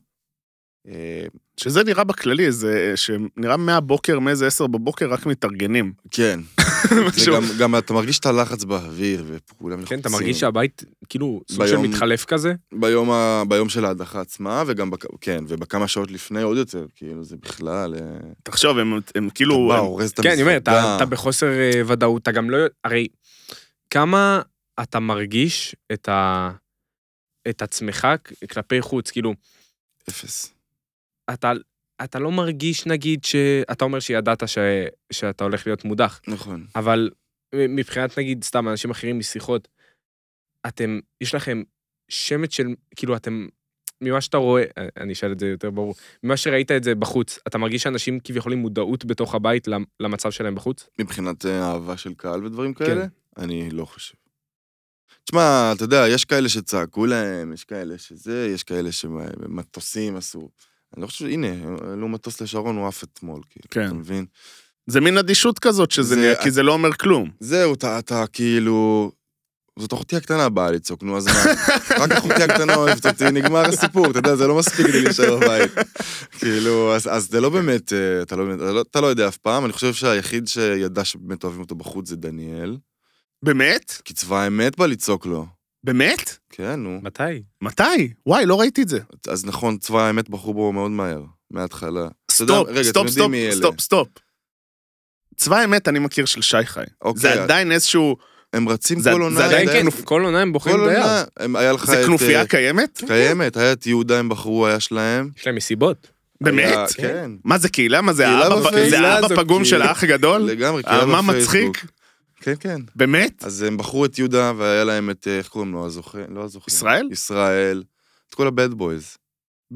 אה,
שזה נראה בכללי, זה אה, שנראה מהבוקר, מאיזה עשר בבוקר, רק מתארגנים.
כן, זה
משהו-
גם, גם אתה מרגיש את הלחץ באוויר, וכולם לחוצים.
כן, אתה מרגיש שהבית, כאילו, סוג של
ביום-
מתחלף כזה?
ביום, ה... ביום של ההדחה עצמה, וגם, בכ... כן, ובכמה שעות לפני עוד יותר, כאילו, זה בכלל... אה,
תחשוב, הם, הם
אתה
כאילו...
בא,
הם,
אורז את
כן, אני אומר, אתה
המסעדה.
אתה בחוסר אה, ודאות, אתה גם לא... הרי כמה אתה מרגיש את ה... את עצמך כ- כלפי חוץ, כאילו,
אפס.
אתה... אתה לא מרגיש, נגיד, שאתה אומר שידעת ש... שאתה הולך להיות מודח,
נכון.
אבל מבחינת, נגיד, סתם, אנשים אחרים משיחות, אתם, יש לכם שמץ של, כאילו, אתם, ממה שאתה רואה, אה, אני אשאל את זה יותר ברור, ממה שראית את זה בחוץ, אתה מרגיש שאנשים כביכול עם מודעות בתוך הבית למ- למצב שלהם בחוץ?
מבחינת אה, אהבה של קהל ודברים כאלה? אני לא חושב. תשמע, אתה יודע, יש כאלה שצעקו להם, יש כאלה שזה, יש כאלה שמטוסים עשו. אני לא חושב, הנה, העלו מטוס לשרון, הוא עף אתמול, כאילו,
כן.
אתה מבין?
זה מין אדישות כזאת שזה
זה-
נראה, כי זה לא אומר כלום.
זהו, אתה, אתה כאילו... זאת אחותי הקטנה באה לצעוק, נו, אז מה? רק אחותי הקטנה אוהבת אותי, נגמר הסיפור, אתה יודע, זה לא מספיק לי להישאר בבית. כאילו, אז, אז זה לא באמת, אה, אתה לא, באמת- אתה לא, אתה לא יודע אף פעם, אני חושב שהיחיד שידע שבאמת אוהבים אותו בחוץ זה דניאל.
באמת?
כי צבא האמת בא לצעוק לו.
באמת?
כן, נו.
מתי?
אה, מתי? וואי, לא ראיתי את זה.
אז נכון, צבא האמת בחרו בו מאוד מהר, מההתחלה.
סטופ,
רגע, אתם
סטופ,
יודעים
סטופ,
מי אלה.
סטופ, סטופ. צבא האמת אני מכיר של שי חי.
אוקיי,
זה עדיין איזשהו...
הם רצים
זה-
כל
זה
עונה.
עדיין
כן,
דייר.
כן, כל עונה הם בוחרים
כל
דייר.
עונה. הם- היה לך
זה
את...
כנופיה
אה,
קיימת?
קיימת, היה את יהודה, הם בחרו, היה שלהם.
יש להם מסיבות.
באמת?
היה- כן.
מה זה קהילה? מה זה
קהילה
האבא
בפייסבוק.
זה האבא
זה
פגום של
קהילה.
האח הגדול?
לגמרי, קהילה
אה, מה
בפייסבוק.
מצחיק?
כן, כן.
באמת?
אז הם בחרו את יהודה, והיה להם את, אה, איך קוראים לו? הזוכר? לא הזוכר.
ישראל?
ישראל. את כל הבד בויז.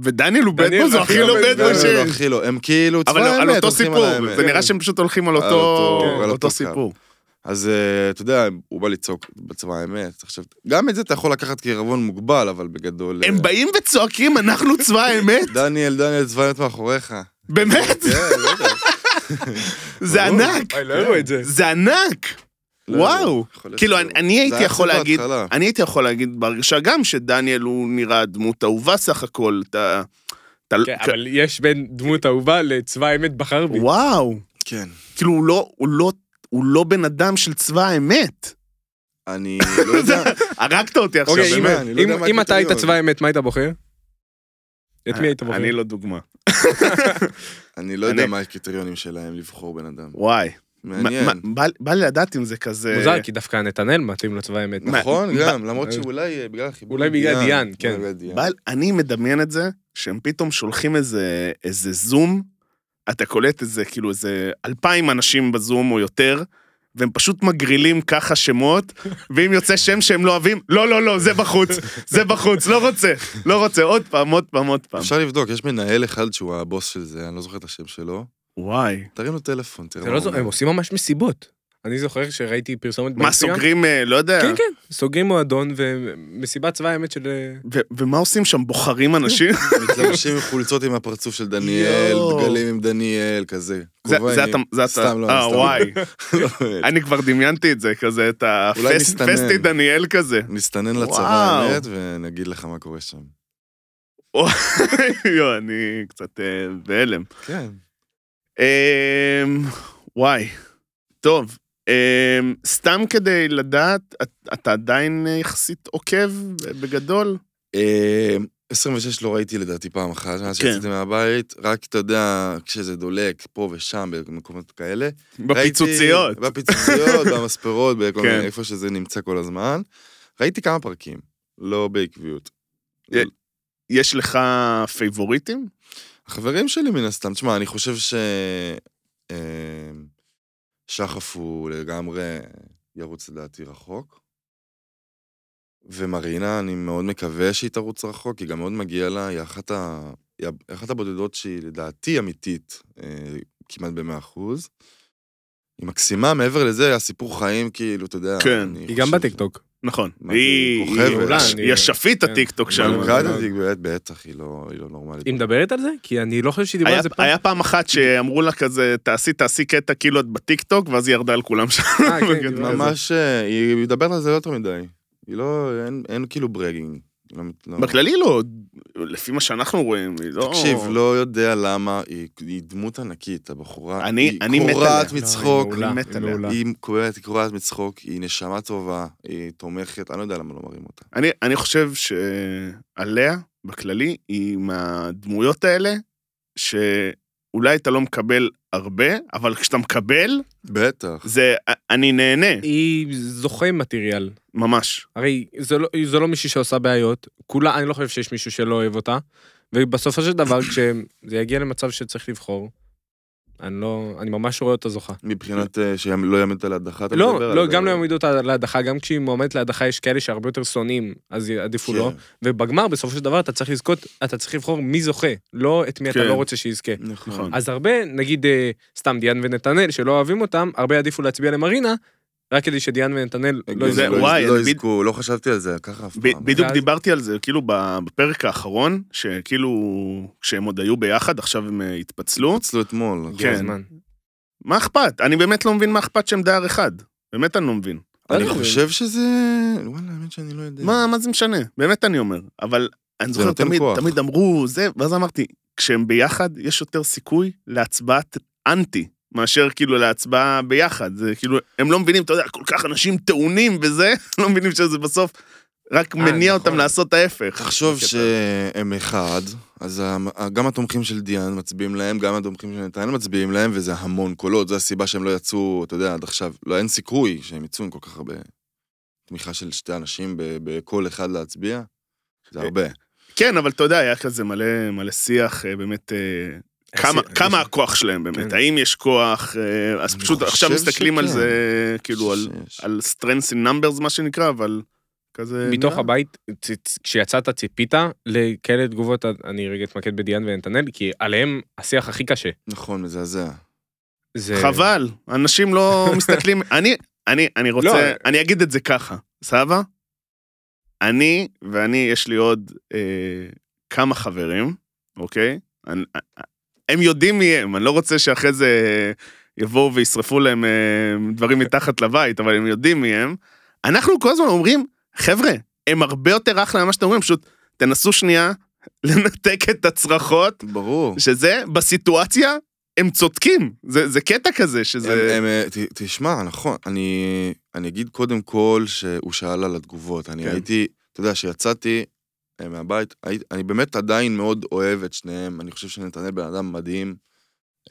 ודניאל הוא בד
דניאל
בוי, זה
הוא
הכי לא בד בוי
ש-
לא, לא,
שיש.
הכי לא. הם כאילו, צבא
אבל על
האמת,
אותו
הולכים
סיפור,
על האמת.
זה נראה שהם פשוט הולכים על
על
אותו
אותו-
כן,
על
על אותו
אותו קו.
סיפור.
אז אה, אתה יודע, הוא בא לצעוק בצבא האמת. עכשיו, גם את זה אתה יכול לקחת כערבון מוגבל, אבל בגדול... אה,
הם באים וצועקים, אנחנו צבא האמת?
דניאל, דניאל, צבא האמת מאחוריך.
באמת?
כן, לא יודע.
זה
ברור.
ענק,
אוי, לא הראו את זה.
זה ענק.
לא,
וואו.
יכול להיות
כאילו,
שהוא-
אני- אני
זה
הייתי
היה
יכול
אצלי
להגיד,
בהתחלה.
אני הייתי יכול להגיד בהרגשה גם שדניאל הוא נראה דמות אהובה סך הכל. אתה... אתה לא-
כן, אבל יש בין דמות אהובה לצבא האמת בחר בי.
וואו.
כן.
כאילו, הוא לא- הוא לא- הוא לא בן אדם של צבא האמת.
אני לא יודע.
הרגת אותי עכשיו,
אוקיי,
עכשיו,
אם-
באמת.
באמת, אני לא יודע
אם-
מה
אם אתה היית
הקריטריון.
צבא האמת, מה היית בוחר? את מי היית בוחר?
אני לא דוגמה.
אני לא יודע
אני-
מה הקריטריונים שלהם לבחור בן אדם.
וואי.
מעניין.
מה- מה- בא- בא לי לדעת אם זה כזה...
מוזר, כי דווקא נתנאל מתאים לצבא האמת.
מה-
נכון,
מה-
גם, למרות שאולי אה, בגלל החיבור.
אולי
עם
בגלל דיאן,
אולי
כן.
בגלל דיאן.
בא- אני מדמיין את זה, שהם פתאום שולחים איזה, איזה זום, אתה קולט איזה, כאילו איזה אלפיים אנשים בזום או יותר, והם פשוט מגרילים ככה שמות, ואם יוצא שם שהם לא אוהבים, לא, לא, לא, זה בחוץ, זה בחוץ, לא רוצה, לא רוצה, עוד פעם, עוד פעם, עוד פעם.
אפשר לבדוק, יש מנהל אחד שהוא הבוס של זה, אני לא זוכר את השם שלו.
וואי.
תרים לו טלפון, תראה.
זה
מה
לא
הוא
זו-
אומר.
הם עושים ממש מסיבות. אני זוכר שראיתי פרסומת
מה, סוגרים, אה, לא יודע,
כן, כן. סוגרים מועדון ומסיבת צבא האמת של... אה,
ו- ומה עושים שם, בוחרים אנשים?
מתלבשים עם חולצות עם הפרצוף של דניאל,
יואו.
דגלים עם דניאל, כזה.
זה זה
כובעים.
אתה, זה אתה,
סתם, לא,
אה,
סתם.
וואי,
לא,
אני כבר דמיינתי את זה, כזה, את
אולי
הפסט-
מסתנן.
פסטי דניאל כזה.
נסתנן לצבא
וואו.
האמת, ונגיד לך מה קורה שם.
יואו, אני קצת אה, בהלם.
כן.
אמ, וואי, טוב. אמ, סתם כדי לדעת, את- אתה עדיין אה, יחסית עוקב אה, בגדול?
אה, 26 לא ראיתי לדעתי פעם אחת, מאז
כן.
שיצאתי מהבית, רק, אתה יודע, כשזה דולק פה ושם, במקומות כאלה.
בפיצוציות.
ראיתי- בפיצוציות, במספרות, בכל
כן.
מיני, איפה שזה נמצא כל הזמן. ראיתי כמה פרקים, לא בעקביות.
אה. יש לך פייבוריטים?
החברים שלי מן הסתם, תשמע, אני חושב ש... אה, שחף הוא לגמרי ירוץ לדעתי רחוק. ומרינה, אני מאוד מקווה שהיא תרוץ רחוק, היא גם מאוד מגיעה לה, היא אחת, ה... היא אחת הבודדות שהיא לדעתי אמיתית, אה, כמעט במאה אחוז. היא מקסימה, מעבר לזה, הסיפור חיים, כאילו, אתה יודע,
כן.
אני
היא גם
חושב-
בטיקטוק.
נכון.
מה,
היא
היא כוכבת.
היא
גדולה,
הש-
אני-
היא השפית
כן.
הטיקטוק
אבל
שם.
שם.
מבחינת היא באמת, בטח, היא לא, היא לא נורמלית.
היא מדברת על זה? כי אני לא חושב שהיא דיברה
היה,
על זה פעם.
היה פעם אחת שאמרו לה כזה, תעשי, תעשי קטע כאילו את בטיקטוק, ואז היא ירדה על כולם שם.
אה, כן,
בגדול.
דיברה על זה.
ממש, אה, היא מדברת על זה לא יותר מדי. היא לא, אין, אין כאילו ברגינג. לא, לא.
בכללי לא, לפי מה שאנחנו רואים, היא לא...
תקשיב, לא יודע למה, היא, היא דמות ענקית, הבחורה.
אני-
היא
אני מת
קורעת
עליה.
מצחוק,
לא, היא מעולה,
מת
היא
עליה.
מעולה.
היא קורעת, היא קורעת מצחוק, היא נשמה טובה, היא תומכת, אני לא יודע למה לא מראים אותה.
אני, אני חושב שעליה, בכללי, היא מהדמויות האלה, שאולי אתה לא מקבל הרבה, אבל כשאתה מקבל,
בטח.
זה, אני נהנה,
היא זוכה מטריאל.
ממש.
הרי זו לא, זו לא מישהי שעושה בעיות, כולה, אני לא חושב שיש מישהו שלא אוהב אותה, ובסופו של דבר, כשזה יגיע למצב שצריך לבחור, אני לא, אני ממש רואה אותה זוכה.
מבחינת אה, שהם לא יעמידו אותה להדחה, אתה מדבר
לא,
על
לא,
זה.
גם לא יעמידו אותה להדחה, גם כשהיא מועמדת להדחה יש כאלה שהרבה יותר שונאים, אז יעדיפו לא,
כן,
ובגמר, בסופו של דבר, אתה צריך לזכות, אתה צריך לבחור מי זוכה, לא את מי אתה
כן.
לא רוצה שיזכה.
נכון.
נכון.
אז הרבה, נגיד, אה, סתם דיאן ונתנאל, שלא אוהבים אותם, הרבה יעדיפו להצביע למרינה, רק כדי שדיאן ונתנאל לא
זה-
יזכו.
וואי,
לא
אני
יזכו, לא חשבתי על זה ככה אף פעם.
ב- בדיוק
ואז-
דיברתי על זה, כאילו, ב- בפרק האחרון, שכאילו, כשהם עוד היו ביחד, עכשיו הם אה, התפצלו.
ניצלו אתמול. נכון.
כן.
הזמן.
מה אכפת? אני באמת לא מבין מה אכפת שהם דייר אחד. באמת אני לא מבין.
אני
לא,
חושב שזה... וואלה, האמת שאני לא יודע.
מה, מה זה משנה? באמת אני אומר. אבל אני זוכר,
נותן
תמיד,
כוח.
תמיד אמרו זה, ואז אמרתי, כשהם ביחד, יש יותר סיכוי להצבעת אנטי. מאשר כאילו להצבעה ביחד, זה כאילו, הם לא מבינים, אתה יודע, כל כך אנשים טעונים וזה, לא מבינים שזה בסוף רק
אה,
מניע
נכון.
אותם לעשות ההפך.
תחשוב
בקטע
שהם אחד, אז ה- גם התומכים של דיאן מצביעים להם, גם התומכים של נתניה מצביעים להם, וזה המון קולות, זו הסיבה שהם לא יצאו, אתה יודע, עד עכשיו. לא, אין סיכוי שהם יצאו עם כל כך הרבה תמיכה של שתי אנשים ב- בקול אחד להצביע. זה הרבה.
כן, אבל אתה יודע, היה כזה מלא, מלא שיח, אה, באמת, אה, כמה,
השיח-
כמה הכוח שלהם באמת,
כן.
האם יש כוח, אה, אז
אני
פשוט עכשיו
חושב
מסתכלים על
שכן.
זה, כאילו, על,
שש.
על strengths in numbers, מה שנקרא, אבל כזה... לא.
מתוך
נראה.
הבית, צ- צ- כשיצאת ציפית לכאלה תגובות, אני רגע אתמקד בדיאן ונתנאל, כי עליהם השיח הכי קשה.
נכון, מזעזע.
זה...
חבל, אנשים לא מסתכלים... אני, אני, אני רוצה...
לא.
אני אגיד את זה ככה, סבא? אני, ואני, יש לי עוד אה, כמה חברים, אוקיי? אני, הם יודעים מי הם, אני לא רוצה שאחרי זה יבואו וישרפו להם אה,
אוקיי.
דברים מתחת לבית, אבל הם יודעים מי הם. אנחנו כל הזמן אומרים, חבר'ה, הם הרבה יותר אחלה ממה שאתם אומרים, פשוט תנסו שנייה לנתק את הצרחות
ברור.
שזה בסיטואציה הם צודקים זה זה קטע כזה
זה...
שזה
הם, הם, ת, תשמע, נכון, אני, אני אגיד קודם כל שהוא שאל על התגובות. אני
כן.
כן. הייתי, אתה יודע, כשיצאתי אה, מהבית, הייתי, אני באמת עדיין מאוד אוהב את שניהם, אני חושב שנתנאל בן אדם מדהים.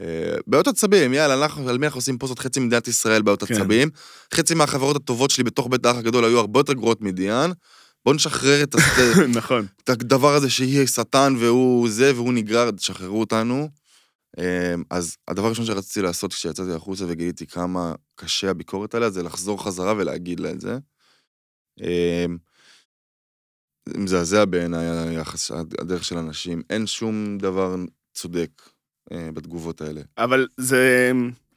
אה, בעיות עצבים, יאללה, אנחנו, על מי אנחנו עושים פוסט? חצי מדינת ישראל בעיות
כן.
עצבים. חצי מהחברות הטובות שלי בתוך בית האח הגדול היו הרבה יותר גרועות מדיאן. בוא נשחרר את, הס-
נכון
את הדבר הזה שהיא שטן והוא זה והוא נגרר, תשחררו אותנו. אמ, אז הדבר הראשון שרציתי לעשות כשיצאתי החוצה וגיליתי כמה קשה הביקורת עליה, זה לחזור חזרה ולהגיד לה את זה. אמ, זה מזעזע בעיניי היחס, הדרך של אנשים. אין שום דבר צודק אה, בתגובות האלה.
אבל זה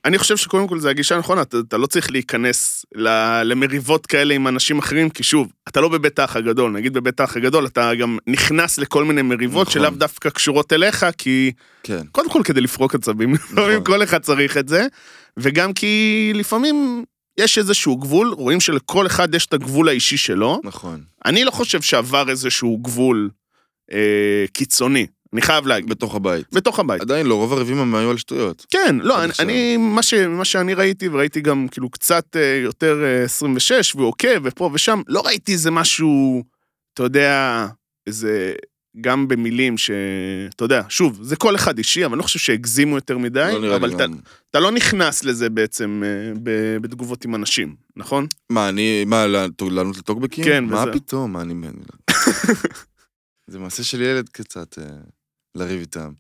אני חושב שקודם כל זה הגישה הנכונה אתה, אתה לא צריך להיכנס ל- למריבות כאלה עם אנשים אחרים כי שוב אתה לא בבית האח הגדול נגיד בבית האח הגדול אתה גם נכנס לכל מיני מריבות
נכון.
שלאו דווקא קשורות אליך כי
כן.
קודם כל כדי לפרוק עצבים לפעמים כל אחד צריך את זה וגם כי לפעמים. יש איזשהו גבול, רואים שלכל אחד יש את הגבול האישי שלו,
נכון.
אני לא חושב שעבר איזשהו גבול אה, קיצוני, אני חייב להגיד,
בתוך הבית.
בתוך הבית.
עדיין לא, רוב הריבים הם היו על שטויות.
כן, לא,
עד
אני,
עכשיו.
אני מה, ש, מה שאני ראיתי, וראיתי גם כאילו קצת אה, יותר אה, 26, והוא עוקב, ופה ושם, לא ראיתי איזה משהו, אתה יודע, איזה גם במילים ש... אתה יודע, שוב, זה כל אחד אישי, אבל אני לא חושב שהגזימו יותר מדי,
לא נראה
אבל
לי
אתה,
גם...
אתה לא נכנס לזה בעצם אה, ב- בתגובות עם אנשים, נכון?
מה, אני... מה, לת- לענות לטוקבקים?
כן,
מה
וזהו.
פתאום? מה, אני... אני לא- זה מעשה של ילד קצת, אה, לריב איתם.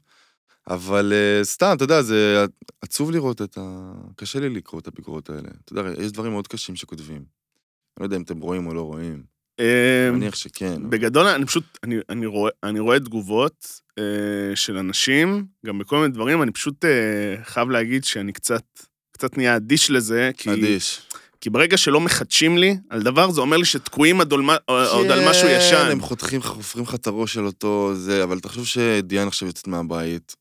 אבל אה, סתם, אתה יודע, זה עצוב לראות את ה... קשה לי לקרוא את הביקורות האלה. אתה יודע, יש דברים מאוד קשים שכותבים. אני לא יודע אם אתם רואים או לא רואים.
אה,
אני מניח שכן. אבל-
בגדול, אני פשוט, אני, אני, רואה, אני רואה תגובות אה, של אנשים, גם בכל מיני דברים, אני פשוט אה, חייב להגיד שאני קצת, קצת נהיה אדיש לזה, כי,
אדיש.
כי ברגע שלא מחדשים לי על דבר, זה אומר לי שתקועים עד על, מה- אה, עוד על משהו ישן.
כן, הם חותכים, חופרים לך את הראש של אותו זה, אבל תחשוב שדיאן עכשיו יוצאת מהבית,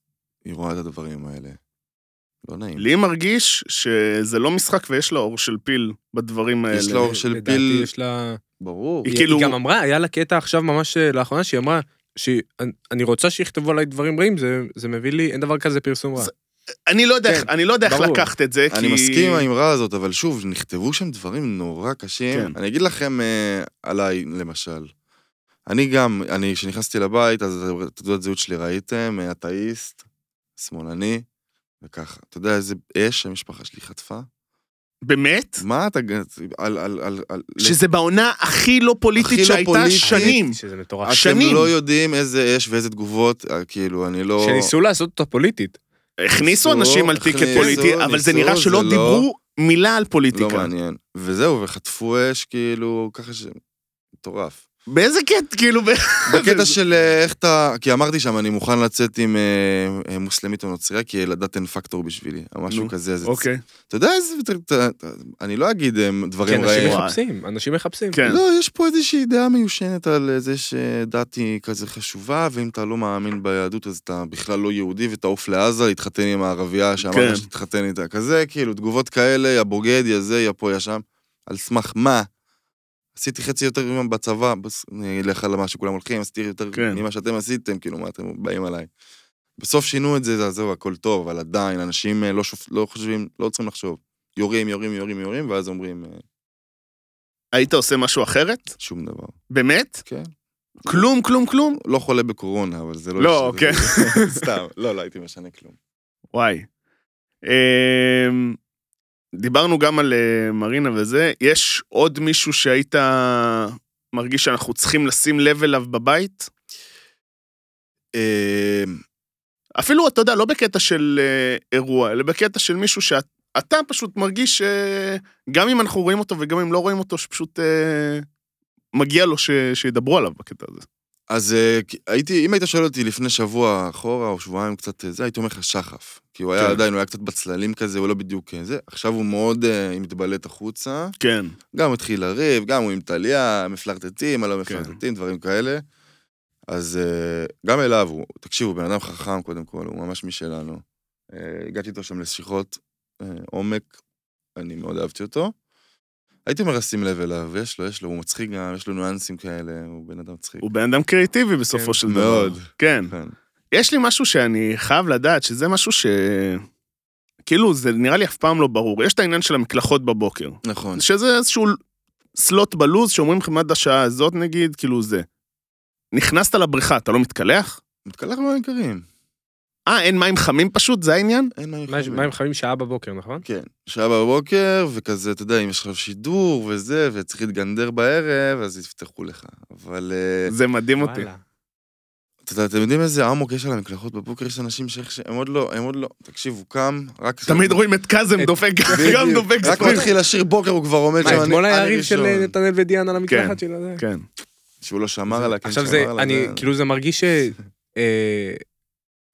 היא רואה את הדברים האלה. לא נעים.
לי מרגיש שזה לא משחק ויש לה אור של פיל בדברים האלה.
יש לה אור של
לדעתי
פיל,
יש לה...
ברור.
היא
היא
כאילו-
כאילו... היא גם אמרה, היה לה קטע עכשיו ממש אה, לאחרונה, שהיא אמרה, שאני רוצה שיכתבו עליי דברים רעים, זה- זה מביא לי, אין דבר כזה פרסום רע.
זה- אני לא יודע,
כן,
איך- אני לא יודע איך
ברור.
לקחת את זה, כי...
אני מסכים עם האמרה הזאת, אבל שוב, נכתבו שם דברים נורא קשים.
כן.
אני אגיד לכם אה, עליי, למשל. אני גם, אני, כשנכנסתי לבית, אז את תעודת זהות שלי ראיתם, אה, אתאיסט, שמאלני, וככה. אתה יודע איזה אש המשפחה שלי חטפה?
באמת?
מה אתה... על... על... על... על-
שזה בעונה הכי לא פוליטית
הכי לא
שהייתה
פוליטית.
שנים.
שזה
אתם
מטורף.
שנים.
לא יודעים איזה אש ואיזה תגובות, אה, כאילו, אני לא...
שניסו לעשות אותה פוליטית.
הכניסו
ניסו,
אנשים על טיקט
הכניסו,
פוליטי, אבל זה
ניסו,
נראה
זה
שלא
לא-
דיברו מילה על
לא
פוליטיקה.
מעניין. וזהו, וחטפו אש, כאילו, ככה ש... מטורף.
באיזה קטע, כאילו, ב-
בקטע של אה, איך אתה... כי אמרתי שם, אני מוכן לצאת עם אה, אה, מוסלמית או נוצריה, כי ילדת אין פקטור בשבילי, או משהו
נו,
כזה. זה-
אוקיי.
אתה יודע איזה... אתה- אתה- אני לא אגיד אה,
כן,
דברים
אנשים
רעים.
וואי.
מחפשים, אנשים מחפשים.
כן.
לא, יש פה איזושהי דעה מיושנת על אה, זה שדת היא כזה חשובה, ואם אתה לא מאמין ביהדות אז אתה בכלל לא יהודי ותעוף לעזה להתחתן עם הערבייה
כן.
שאמרת שתתחתן איתה. כזה, כאילו, תגובות כאלה, יא בוגד, יא זה, יא פה, יא שם. על סמך מה? עשיתי חצי יותר ממה בצבא, בס- אני אלך על מה שכולם הולכים, עשיתי יותר
כן.
ממה שאתם עשיתם, כאילו, מה אתם באים עליי? בסוף שינו את זה, זה- זהו, הכל טוב, אבל עדיין, אנשים אה, לא, שופ... לא חושבים, לא צריכים לחשוב. יורים, יורים, יורים, יורים, ואז אומרים, אה,
היית עושה משהו אחרת?
שום דבר.
באמת?
כן.
כלום, כלום, כלום?
לא חולה בקורונה, אבל זה לא...
לא,
יש-
אוקיי.
סתם, לא, לא הייתי משנה כלום.
וואי. אמ, דיברנו גם על אה, מרינה וזה, יש עוד מישהו שהיית מרגיש שאנחנו צריכים לשים לב אליו בבית?
אה,
אפילו, אתה יודע, לא בקטע של אה, אירוע, אלא בקטע של מישהו שאתה פשוט מרגיש שגם אם אנחנו רואים אותו וגם אם לא רואים אותו, שפשוט אה, מגיע לו ש... שידברו עליו בקטע הזה.
אז אה, כי- הייתי, אם היית שואל אותי לפני שבוע אחורה או שבועיים קצת אה, זה, הייתי אומר לך שחף. כי הוא היה
כן.
עדיין, הוא היה קצת בצללים כזה, הוא לא בדיוק אה, זה. עכשיו הוא מאוד אה, מתבלט החוצה.
כן.
גם התחיל לריב, גם הוא עם טליה, מפלרטטים, הלא
כן.
מפלרטטים, דברים כאלה. אז אה, גם אליו הוא, תקשיבו, בן אדם חכם קודם כל, הוא ממש משלנו. אה, הגעתי איתו שם לשיחות אה, עומק, אני מאוד אהבתי אותו. הייתי אומר לשים לב אליו, יש לו, יש לו, הוא מצחיק גם, יש לו ניואנסים כאלה, הוא בן אדם מצחיק.
הוא בן אדם קריאיטיבי בסופו
כן,
של דבר.
מאוד.
כן.
כן.
יש לי משהו שאני חייב לדעת, שזה משהו ש... כאילו, זה נראה לי אף פעם לא ברור. יש את העניין של המקלחות בבוקר,
נכון.
שזה איזשהו סלוט בלוז שאומרים לכם עד השעה הזאת, נגיד, כאילו זה. נכנסת לבריכה, אתה לא מתקלח?
מתקלח במים קרים.
אה, אין מים חמים פשוט? זה העניין?
אין מים
מה-
חמים.
מה הם חייבים שעה בבוקר, נכון?
כן. שעה בבוקר, וכזה, אתה יודע, אם יש לך שידור וזה, וצריך להתגנדר בערב, אז יפתחו לך. אבל... אה,
זה מדהים אותי.
וואלה.
אתה יודע, אתם יודעים איזה אמוק יש על המקלחות בבוקר? יש אנשים שאיך שהם עוד לא, הם עוד לא, תקשיב, הוא קם, רק...
תמיד רואים את קאזם
את-
דופק,
בדיוק.
גם דופק
רק לא- הוא
ספרים.
מתחיל לשיר בוקר, הוא כבר עומד
מה,
שם.
אתמול
אני-
היה
אני
ריב של
ראשון.
אה, נתנאל ודיאן
כן.
על המקלחת של הזה.
כן.
שהוא לא שמר עליה, כן
עכשיו
שמר
זה,
עליה.
אני,
זה-
כאילו זה מרגיש ש- אה,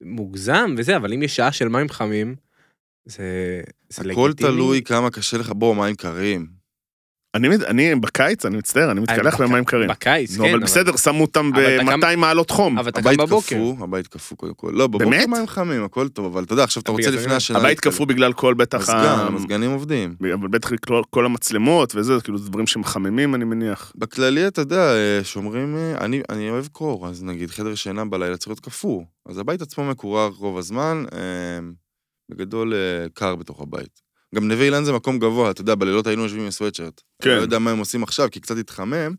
מוגזם וזה, אבל אם יש שעה של מים חמים, זה זה לגיטימי.
הכל תלוי כמה קשה לך, בוא, מים קרים.
אני, מת- אני בקיץ, אני מצטער, אני מתקלח
אה, בק-
במים קרים.
בקיץ, כן.
נו, אבל בסדר, שמו אותם
אבל אתה גם-
ב-200 מעלות חום.
אבל אתה קם
הבית
בבוקר.
קפוא, הבית קפוא קודם כל. לא, בבוקר
באמת?
מים חמים, הכל טוב, אבל אתה יודע, עכשיו אתה רוצה
בגלל זה
לפני
אני-
השינה...
הבית קפוא בגלל כל בטח
המזגן,
ה...
המזגנים עובדים.
אבל בטח כל- כל המצלמות וזה, זה כאילו זה דברים שמחממים, אני מניח.
בכללי, אתה יודע, אה, שומרים... אה, אני, אני אוהב קור, אז נגיד חדר שינה בלילה צריך להיות קפוא. אז הבית עצמו מקורר רוב הזמן, אה, בגדול אה, קר בתוך הבית. גם נווה אילן זה מקום גבוה, אתה יודע, בלילות היינו יושבים עם סוואטשרט.
כן.
אני לא יודע מה הם עושים עכשיו, כי קצת התחמם,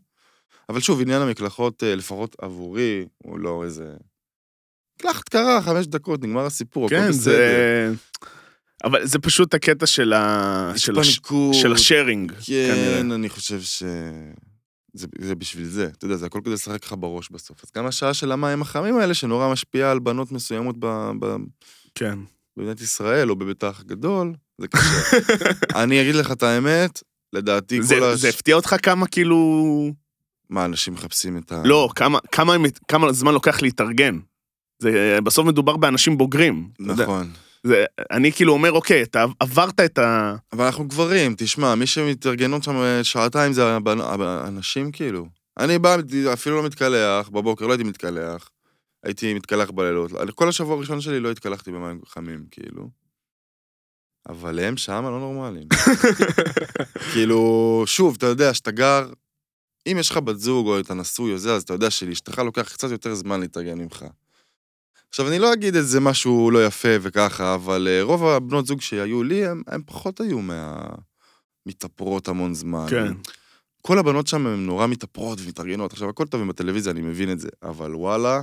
אבל שוב, עניין המקלחות, אה, לפחות עבורי, הוא לא איזה... מקלחת קרה, חמש דקות, נגמר הסיפור, הכל
כן,
בסדר.
זה... אבל זה פשוט הקטע של ה... של הש-
התפנקות,
של השארינג, כנראה.
כן, אני חושב ש... זה, זה בשביל זה, אתה יודע, זה הכל כדי לשחק לך בראש בסוף. אז גם השעה של המים החמים האלה, שנורא משפיעה על בנות מסוימות ב, ב,
כן.
במדינת ישראל, או בבית האח הגדול, זה קשה. אני אגיד לך את האמת, לדעתי
זה-
כל הש...
זה הפתיע אותך כמה כאילו...
מה, אנשים מחפשים את ה...
לא, כמה- כמה הם- כמה זמן לוקח להתארגן. זה בסוף מדובר באנשים בוגרים. אתה יודע.
נכון.
זה- אני כאילו אומר, אוקיי, אתה עברת את ה...
אבל אנחנו גברים, תשמע, מי שמתארגנות שם אה, שעתיים זה הבנ- הב- הנשים, כאילו. אני בא, אפילו לא מתקלח, בבוקר לא הייתי מתקלח, הייתי מתקלח בלילות. כל השבוע הראשון שלי לא התקלחתי במים חמים, כאילו. אבל הם שם לא נורמליים. כאילו, שוב, אתה יודע, שאתה גר, אם יש לך בת זוג או אתה נשוי או זה, אז אתה יודע שלאשתך לוקח קצת יותר זמן להתארגן ממך. עכשיו, אני לא אגיד איזה משהו לא יפה וככה, אבל אה, רוב הבנות זוג שהיו לי, הם, הם פחות היו מה... מתאפרות המון זמן.
כן.
כל הבנות שם הן נורא מתאפרות ומתארגנות. עכשיו, הכל טוב עם הטלוויזיה, אני מבין את זה, אבל וואלה,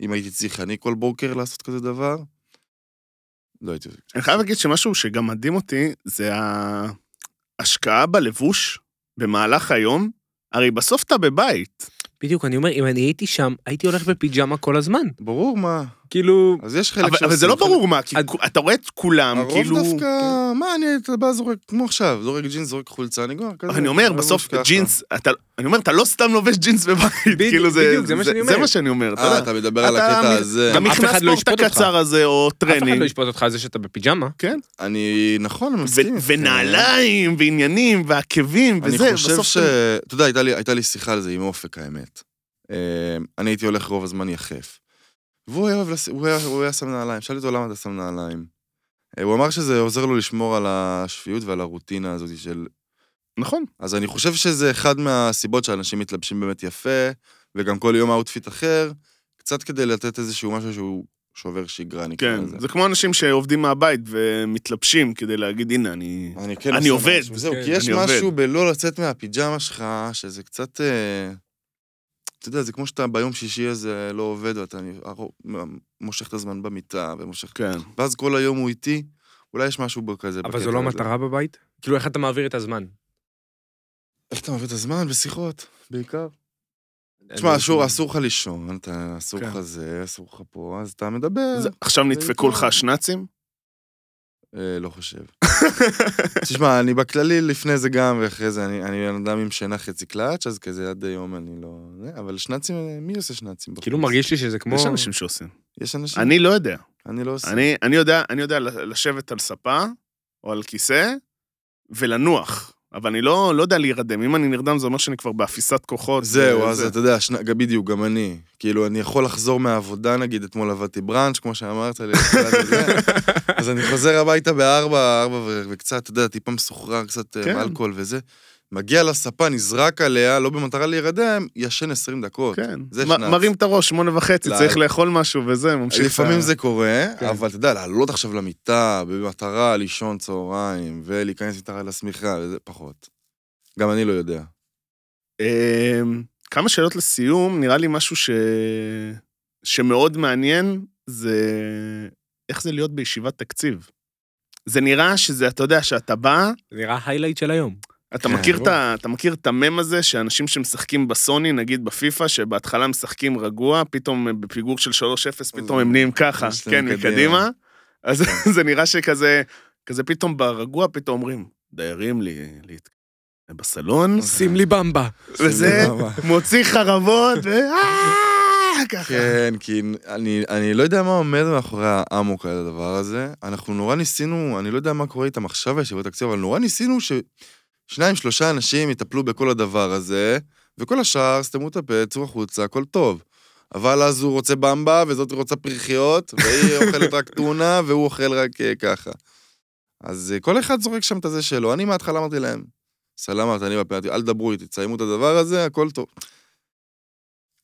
אם הייתי צריך אני כל בוקר לעשות כזה דבר, לא הייתי...
אני חייב להגיד שמשהו שגם מדהים אותי, זה ההשקעה בלבוש במהלך היום. הרי בסוף אתה בבית.
בדיוק, אני אומר, אם אני הייתי שם, הייתי הולך בפיג'מה כל הזמן.
ברור מה.
כאילו...
אז יש חלק
אבל אבל זה
שעושים,
לא
חלק-
ברור מה, כי
אז-
אתה רואה את כולם,
הרוב
כאילו...
דווקא, מה, אני, אתה בא זורק, כמו עכשיו, זורק ג'ינס, זורק חולצה, נגמר, כזה.
אבל אני אומר,
לא
בסוף
ממש ככה.
ג'ינס, אתה- אני אומר, אתה לא סתם לובש ג'ינס בבית,
בדיוק,
כאילו זה...
בדיוק, זה מה שאני אומר.
זה מה שאני אומר, אתה
אה,
יודע.
אתה מדבר על
אתה
הקטע
מ-
הזה.
גם
אף
נכנס
אחד לא
ספורט
ישפוט אותך.
הקצר הזה, או
אף אחד לא
טרנינג,
ישפוט אותך על זה שאתה בפיג'מה.
אני, נכון, אני
ו-
מסכים. איתך.
ונעליים, ועניינים, ועקבים,
אני
וזה,
חושב
בסוף...
ש... אתה יודע, הייתה לי- הייתה לי שיחה על זה עם אופק, האמת. אה, אני הייתי הולך רוב הזמן יחף. והוא היה אוהב לש- הוא היה- הוא היה שם נעליים. שאלתי אותו, למה אתה שם נעליים? אה, הוא אמר שזה עוזר לו לשמור על השפיות ועל הרוטינה הזאת של
נכון.
אז אני חושב שזה אחד מהסיבות שאנשים מתלבשים באמת יפה, וגם כל יום אאוטפיט אחר, קצת כדי לתת איזשהו משהו שהוא שובר שגרה, נקרא
כן,
לזה.
זה כמו אנשים שעובדים מהבית ומתלבשים כדי להגיד, הנה, אני...
אני כן
אני
עושה
עובד,
משהו. זהו,
כן,
כי יש
אני עובד.
משהו בלא לצאת מהפיג'מה שלך, שזה קצת... אה, אתה יודע, זה כמו שאתה ביום שישי הזה לא עובד, ואתה אני- הרוב- מושך את הזמן במיטה, ומושך...
כן.
ואז כל היום הוא איתי, אולי יש משהו כזה.
אבל
בקטע
זו לא
הזה.
מטרה בבית? כאילו, איך אתה מעביר את הזמן?
איך אתה מעביר את הזמן? בשיחות, בעיקר. תשמע, אסור אסור לך לישון, אתה אסור
אה, לא- כן.
לך זה, אסור לך פה, אז אתה מדבר.
אז עכשיו נדפקו לך שנאצים?
אה, לא חושב. תשמע, אני בכללי לפני זה גם, ואחרי זה אני- אני בן אדם עם שינה חצי קלאץ', אז כזה עד היום אני לא... זה, אבל שנאצים, אה, מי עושה שנאצים? בחוץ?
כאילו, מרגיש לי שזה כמו...
יש אנשים שעושים.
יש אנשים?
אני לא יודע.
אני לא עושה.
אני, אני, יודע, אני יודע לשבת על ספה או על כיסא ולנוח, אבל אני לא, לא יודע להירדם. אם אני נרדם זה אומר שאני כבר באפיסת כוחות. אה,
זהו,
וזה.
אז אתה יודע, שנ- גם- בדיוק, גם אני. כאילו, אני יכול לחזור מהעבודה, נגיד, אתמול עבדתי בראנץ', כמו שאמרת לי, בתחילת הזה. אז אני חוזר הביתה בארבע, ארבע ו- וקצת, אתה יודע, טיפה מסוחרר, קצת אה,
כן.
אלכוהול וזה. מגיע לספה, נזרק עליה, לא במטרה להירדם, ישן 20 דקות.
כן,
זה
מ-
שנץ.
מרים את הראש, שמונה וחצי,
לא.
צריך לאכול משהו וזה, ממשיך. אה,
לפעמים
ה-
זה קורה,
כן.
אבל אתה יודע, לעלות עכשיו למיטה במטרה לישון צהריים ולהיכנס מתחת לשמיכה, וזה פחות. גם אני לא יודע.
אמ, כמה שאלות לסיום, נראה לי משהו ש... שמאוד מעניין, זה איך זה להיות בישיבת תקציב. זה נראה שזה, אתה יודע, שאתה בא,
זה נראה היילייט של היום.
אתה
כן,
מכיר,
ברור.
את ה- אתה מכיר את המם הזה שאנשים שמשחקים בסוני, נגיד בפיפא, שבהתחלה משחקים רגוע, פתאום הם בפיגור של 3-0, פתאום הם נהיים ככה,
יש להם כן.
כן,
קדימה.
מקדימה. אז זה נראה שכזה, כזה פתאום ברגוע, פתאום אומרים, דיירים לי, להת- בסלון,
שים לי במבה.
וזה מוציא חרבות, ו... "אה", ככה.
כן, כי אני, אני לא יודע מה עומד מאחורי האמוק על הדבר הזה. אנחנו נורא ניסינו, אני לא יודע מה קורה איתם עכשיו בישיבות תקציב, אבל נורא ניסינו ששניים, שלושה אנשים יטפלו בכל הדבר הזה, וכל השאר, סתמו את הפה, צאו החוצה, הכל טוב. אבל אז הוא רוצה במבה, וזאת רוצה פרחיות, והיא אוכלת רק טונה, והוא אוכל רק אה, ככה. אז אה, כל אחד זורק שם את הזה שלו. אני מההתחלה אמרתי להם, סלמת, אני בפה, אל תדברו איתי, תסיימו את הדבר הזה, הכל טוב.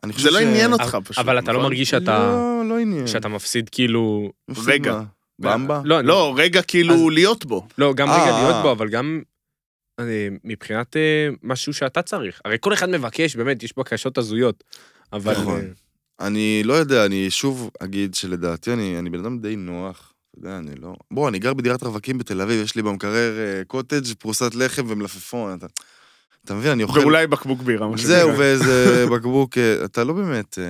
אני חושב
זה לא
ש-
עניין אותך פשוט.
אבל אתה לא
נכון?
מרגיש שאתה...
לא, לא עניין.
שאתה מפסיד כאילו...
מפסיד
רגע.
מה? במבה?
לא, אני-
לא, רגע כאילו
אז-
להיות בו.
לא, גם
אה,
רגע
אה.
להיות בו, אבל גם... אה, מבחינת אה, משהו שאתה צריך. הרי כל אחד מבקש, באמת, יש בקשות הזויות. אבל...
נכון.
אה,
אני לא יודע, אני שוב אגיד שלדעתי אני, אני בן אדם די נוח. אתה יודע, אני לא... בוא, אני גר בדירת רווקים בתל אביב, יש לי במקרר אה, קוטג', פרוסת לחם ומלפפון. אתה, אתה מבין, אני אוכל...
ואולי בקבוק בירה, מה שנקרא.
זהו, ואיזה בקבוק, אה, אתה לא באמת... אה,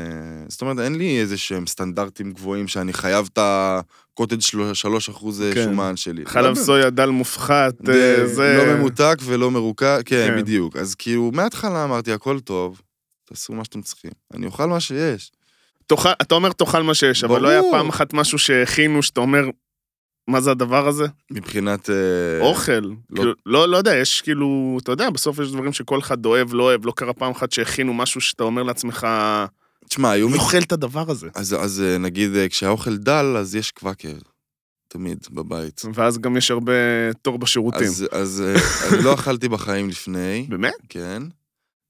זאת אומרת, אין לי איזה שהם סטנדרטים גבוהים שאני חייב את הקוטג' של- 3%
כן.
כן. שומן שלי. לא
חלב
באמת.
סויה, דל מופחת, אה, זה...
לא ממותק ולא מרוקע, כן,
כן.
בדיוק. אז כאילו, מההתחלה אמרתי, הכל טוב, תעשו מה שאתם צריכים. אני אוכל מה שיש.
תאכל- אתה אומר תאכל מה שיש, אבל לא היה
ברור.
פעם אחת משהו שהכינו, שאתה אומר, מה זה הדבר הזה?
מבחינת... אה,
אוכל. כאילו, לא, לא יודע, יש כאילו, אתה יודע, בסוף יש דברים שכל אחד אוהב, לא אוהב, לא קרה פעם אחת שהכינו משהו שאתה אומר לעצמך,
תשמע, היו...
מי
מק-
אוכל את הדבר הזה?
אז אז, אה, נגיד, אה, כשהאוכל דל, אז יש קוואקר. תמיד, בבית.
ואז גם יש הרבה תור בשירותים.
אז אז, אה, אני לא אכלתי בחיים לפני,
באמת?
כן.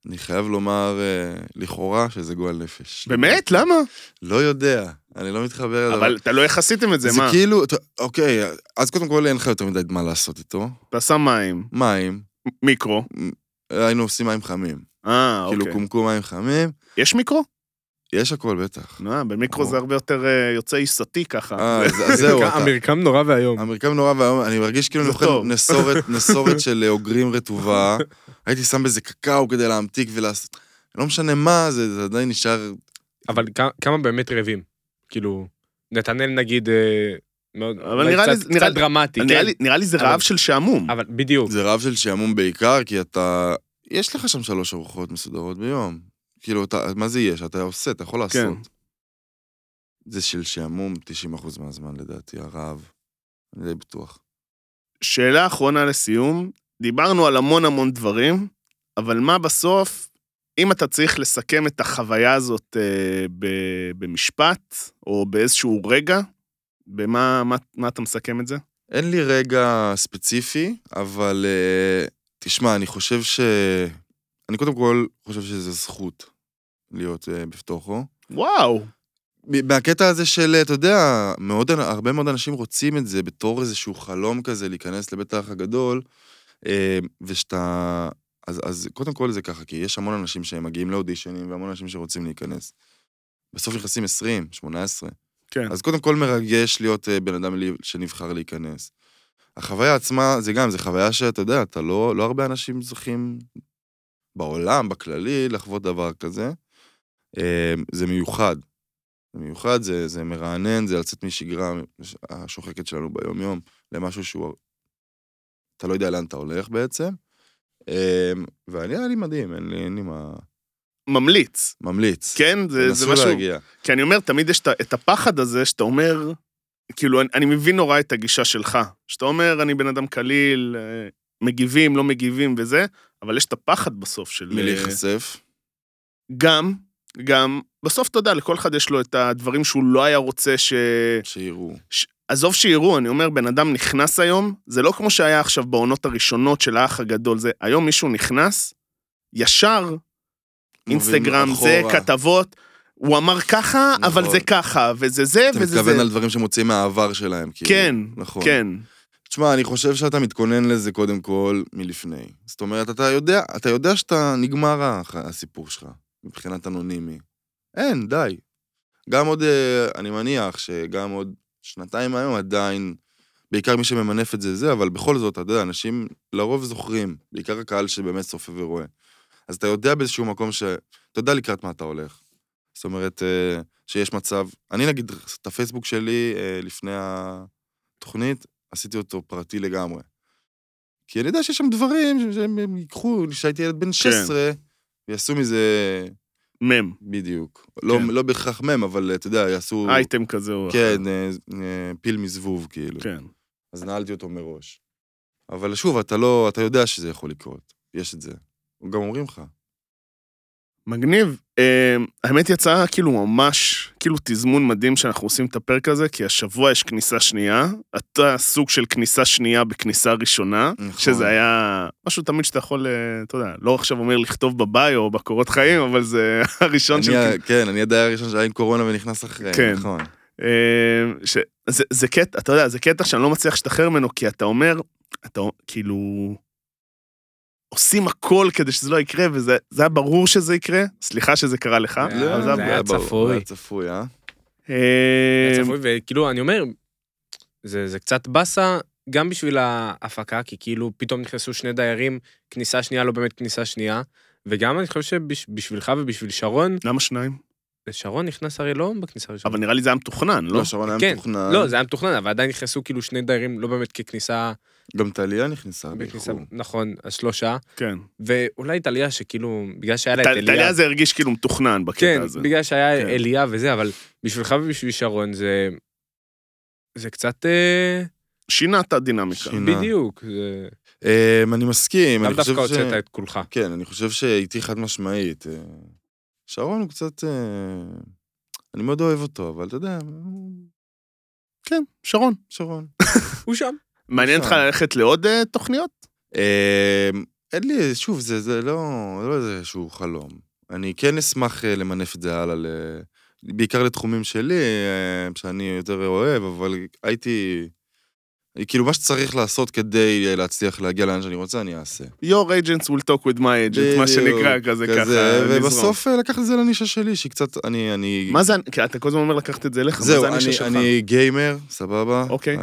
אני חייב לומר, אה, לכאורה, שזה גועל נפש.
באמת? למה?
לא יודע, אני לא מתחבר לדבר.
אבל אתה לא יחסיתם את זה,
זה
מה?
כאילו, אתה- אוקיי, אז קודם כל אין לך יותר מדי מה לעשות איתו.
אתה שם מים,
מים,
מיקרו.
היינו עושים מים חמים.
אה,
כאילו
אוקיי.
קומקום מים חמים,
יש מיקרו?
יש הכל בטח.
אה, במיקרו
ברור.
זה הרבה יותר אה, יוצא עיסתי ככה.
אה, אז- אז זהו, אתה-
המרקם נורא ואיום.
המרקם נורא ואיום, אני מרגיש כאילו
זה
אני אוכל
טוב.
נסורת, נסורת של אה, אוגרים רטובה. הייתי שם בזה קקאו כדי להמתיק ולעשות... לא משנה מה, זה זה עדיין נשאר...
אבל כ- כמה באמת רעבים? כאילו, נתנאל נגיד, אה, מאוד,
אבל
אולי
נראה לי-
קצת-
נראה
קצת
לי-
דרמטי,
נראה
כן?
לי- נראה לי זה
אבל-
רעב של שעמום.
אבל בדיוק.
זה רעב של שעמום בעיקר, כי אתה... יש לך שם שלוש ארוחות מסודרות ביום. כאילו, אתה, מה זה יש? אתה עושה, אתה יכול לעשות.
כן.
זה של שעמום 90% מהזמן לדעתי, הרעב. אני די בטוח.
שאלה אחרונה לסיום, דיברנו על המון המון דברים, אבל מה בסוף, אם אתה צריך לסכם את החוויה הזאת אה, ב- במשפט, או באיזשהו רגע, במה מה, מה אתה מסכם את זה?
אין לי רגע ספציפי, אבל uh, תשמע, אני חושב ש... אני קודם כל חושב שזו זכות להיות uh, בתוכו.
וואו,
מ- מהקטע הזה של, אה, אתה יודע, מאוד, הרבה מאוד אנשים רוצים את זה בתור איזשהו חלום כזה להיכנס לבית האח הגדול, אה, ושאתה... אז, אז קודם כל זה ככה, כי יש המון אנשים שהם מגיעים לאודישנים והמון אנשים שרוצים להיכנס. בסוף נכנסים 20, 18.
כן.
אז קודם כל מרגש להיות אה, בן אדם לי- שנבחר להיכנס. החוויה עצמה, זה גם, זה חוויה שאתה יודע, אתה לא, לא הרבה אנשים זוכים בעולם, בכללי, לחוות דבר כזה. אה, זה מיוחד. זה מיוחד, זה, זה מרענן, זה לצאת משגרה השוחקת שלנו ביום-יום למשהו שהוא... אתה לא יודע לאן אתה הולך בעצם. אה, ואני, היה לי מדהים, אין לי, אין לי מה...
ממליץ.
ממליץ.
כן, זה, זה
תנסו
משהו... להגיע.
להגיע.
כי אני אומר, תמיד יש את ה- את הפחד הזה שאתה אומר, כאילו, אני, אני מבין נורא את הגישה שלך, שאתה אומר, אני בן אדם קליל, אה, מגיבים, לא מגיבים וזה, אבל יש את הפחד בסוף של... אה,
מלהיחשף.
גם, גם, בסוף אתה יודע, לכל אחד יש לו את הדברים שהוא לא היה רוצה ש...
שיראו.
ש... עזוב שיראו, אני אומר, בן אדם נכנס היום, זה לא כמו שהיה עכשיו בעונות הראשונות של האח הגדול, זה היום מישהו נכנס, ישר, אינסטגרם, זה,
אחורה.
כתבות, הוא אמר ככה,
נכון.
אבל זה ככה, וזה זה,
אתה
כן, וזה זה.
מתכוון על דברים שמוצאים מהעבר שלהם, כאילו.
כן,
נכון.
כן,
תשמע, אני חושב שאתה מתכונן לזה קודם כל מלפני. זאת אומרת, אתה יודע, אתה יודע שאתה נגמר הח- הסיפור שלך, מבחינת אנונימי. אין, די. גם עוד, אה, אני מניח שגם עוד שנתיים היום עדיין, בעיקר מי שממנף את זה זה, אבל בכל זאת, אתה יודע, אנשים לרוב זוכרים, בעיקר הקהל שבאמת צופה ורואה. אז אתה יודע באיזשהו מקום ש... אתה יודע לקראת מה אתה הולך. זאת אומרת, אה, שיש מצב... אני נגיד, את הפייסבוק שלי אה, לפני התוכנית, עשיתי אותו פרטי לגמרי. כי אני יודע שיש שם דברים ש- שהם הם ייקחו, כשהייתי ילד בן 16, ויעשו מזה
מם,
בדיוק. לא,
כן. אה,
לא בהכרח מם, אבל אתה יודע, יעשו...
אייטם כזה או אחר.
כן, אה, אה, פיל מזבוב, כאילו.
כן.
אז נעלתי אותו מראש. אבל שוב, אתה לא, אתה יודע שזה יכול לקרות. יש את זה. גם אומרים לך.
נכון. מגניב. Uh, האמת יצאה כאילו ממש, כאילו תזמון מדהים שאנחנו עושים את הפרק הזה, כי השבוע יש כניסה שנייה. אתה סוג של כניסה שנייה בכניסה ראשונה,
נכון.
שזה היה משהו תמיד שאתה יכול, אה, אתה יודע, לא עכשיו אומר לכתוב בביו או בקורות חיים, אבל זה הראשון של...
אני, ה- כן, אני הדייר הראשון שהיה עם קורונה ונכנס אחרי,
כן.
נכון.
אה, ש... זה, זה קטע, אתה יודע, זה קטע שאני לא מצליח להשתחרר ממנו, כי אתה אומר, אתה כאילו... עושים הכל כדי שזה לא יקרה, וזה זה היה ברור שזה יקרה. סליחה שזה קרה לך,
זה היה-
אבל זה
זה
היה...
היה-
ברור,
צפוי.
לא, היה צפוי, אה?
אה,
צפוי, וכאילו, אני אומר, זה, זה קצת באסה, גם בשביל ההפקה, כי כאילו פתאום נכנסו שני דיירים, כניסה שנייה לא באמת כניסה שנייה, וגם אני חושב שבשבילך ובשביל שרון,
למה שניים?
שרון נכנס הרי לא בכניסה הראשונה.
אבל נראה לי זה היה מתוכנן, לא?
לא, שרון היה
כן,
מתוכנן.
לא, זה היה מתוכנן, אבל עדיין נכנסו כאילו שני דיירים, לא באמת ככניסה,
גם טליה
אה,
נכנסה
בכניסה,
באיחור.
נכון, השלושה,
כן.
ואולי טליה שכאילו, בגלל שהיה לה את
טל-
אליה.
טליה זה הרגיש כאילו מתוכנן
כן,
בקטע הזה.
בגלל שהיה
כן.
אליה וזה, אבל בשבילך ובשביל שרון זה... זה קצת... אה,
שינה את הדינמיקה.
שינה.
בדיוק. זה-
אמ, אני מסכים,
לאו
אני
דווקא
חושב ש...
הוצאת את כולך.
כן, אני חושב שאיתי חד משמעית. אה, שרון הוא קצת... אה, אני מאוד אוהב אותו, אבל אתה יודע, הוא-
כן, שרון.
שרון.
הוא שם.
מעניין אותך
אפשר.
ללכת לעוד אה, תוכניות?
אמ, אין לי, שוב, זה, זה לא, לא איזשהו חלום. אני כן אשמח אה, למנף את זה הלאה, ל... בעיקר לתחומים שלי, אה, שאני יותר אוהב, אבל הייתי... כאילו, מה שצריך לעשות כדי אה, להצליח להגיע לאן שאני רוצה, אני אעשה.
Your agents will talk with my agents, מה
בדיוק,
שנקרא, כזה ככה. לזרום.
ובסוף אה, לקחת את זה לנישה שלי, שהיא קצת, אני... אני...
מה זה, כי אתה כל הזמן אומר לקחת את זה אליך, מה
זהו,
זה הנישה
אני,
שלך?
אני גיימר, סבבה.
אוקיי.
אה,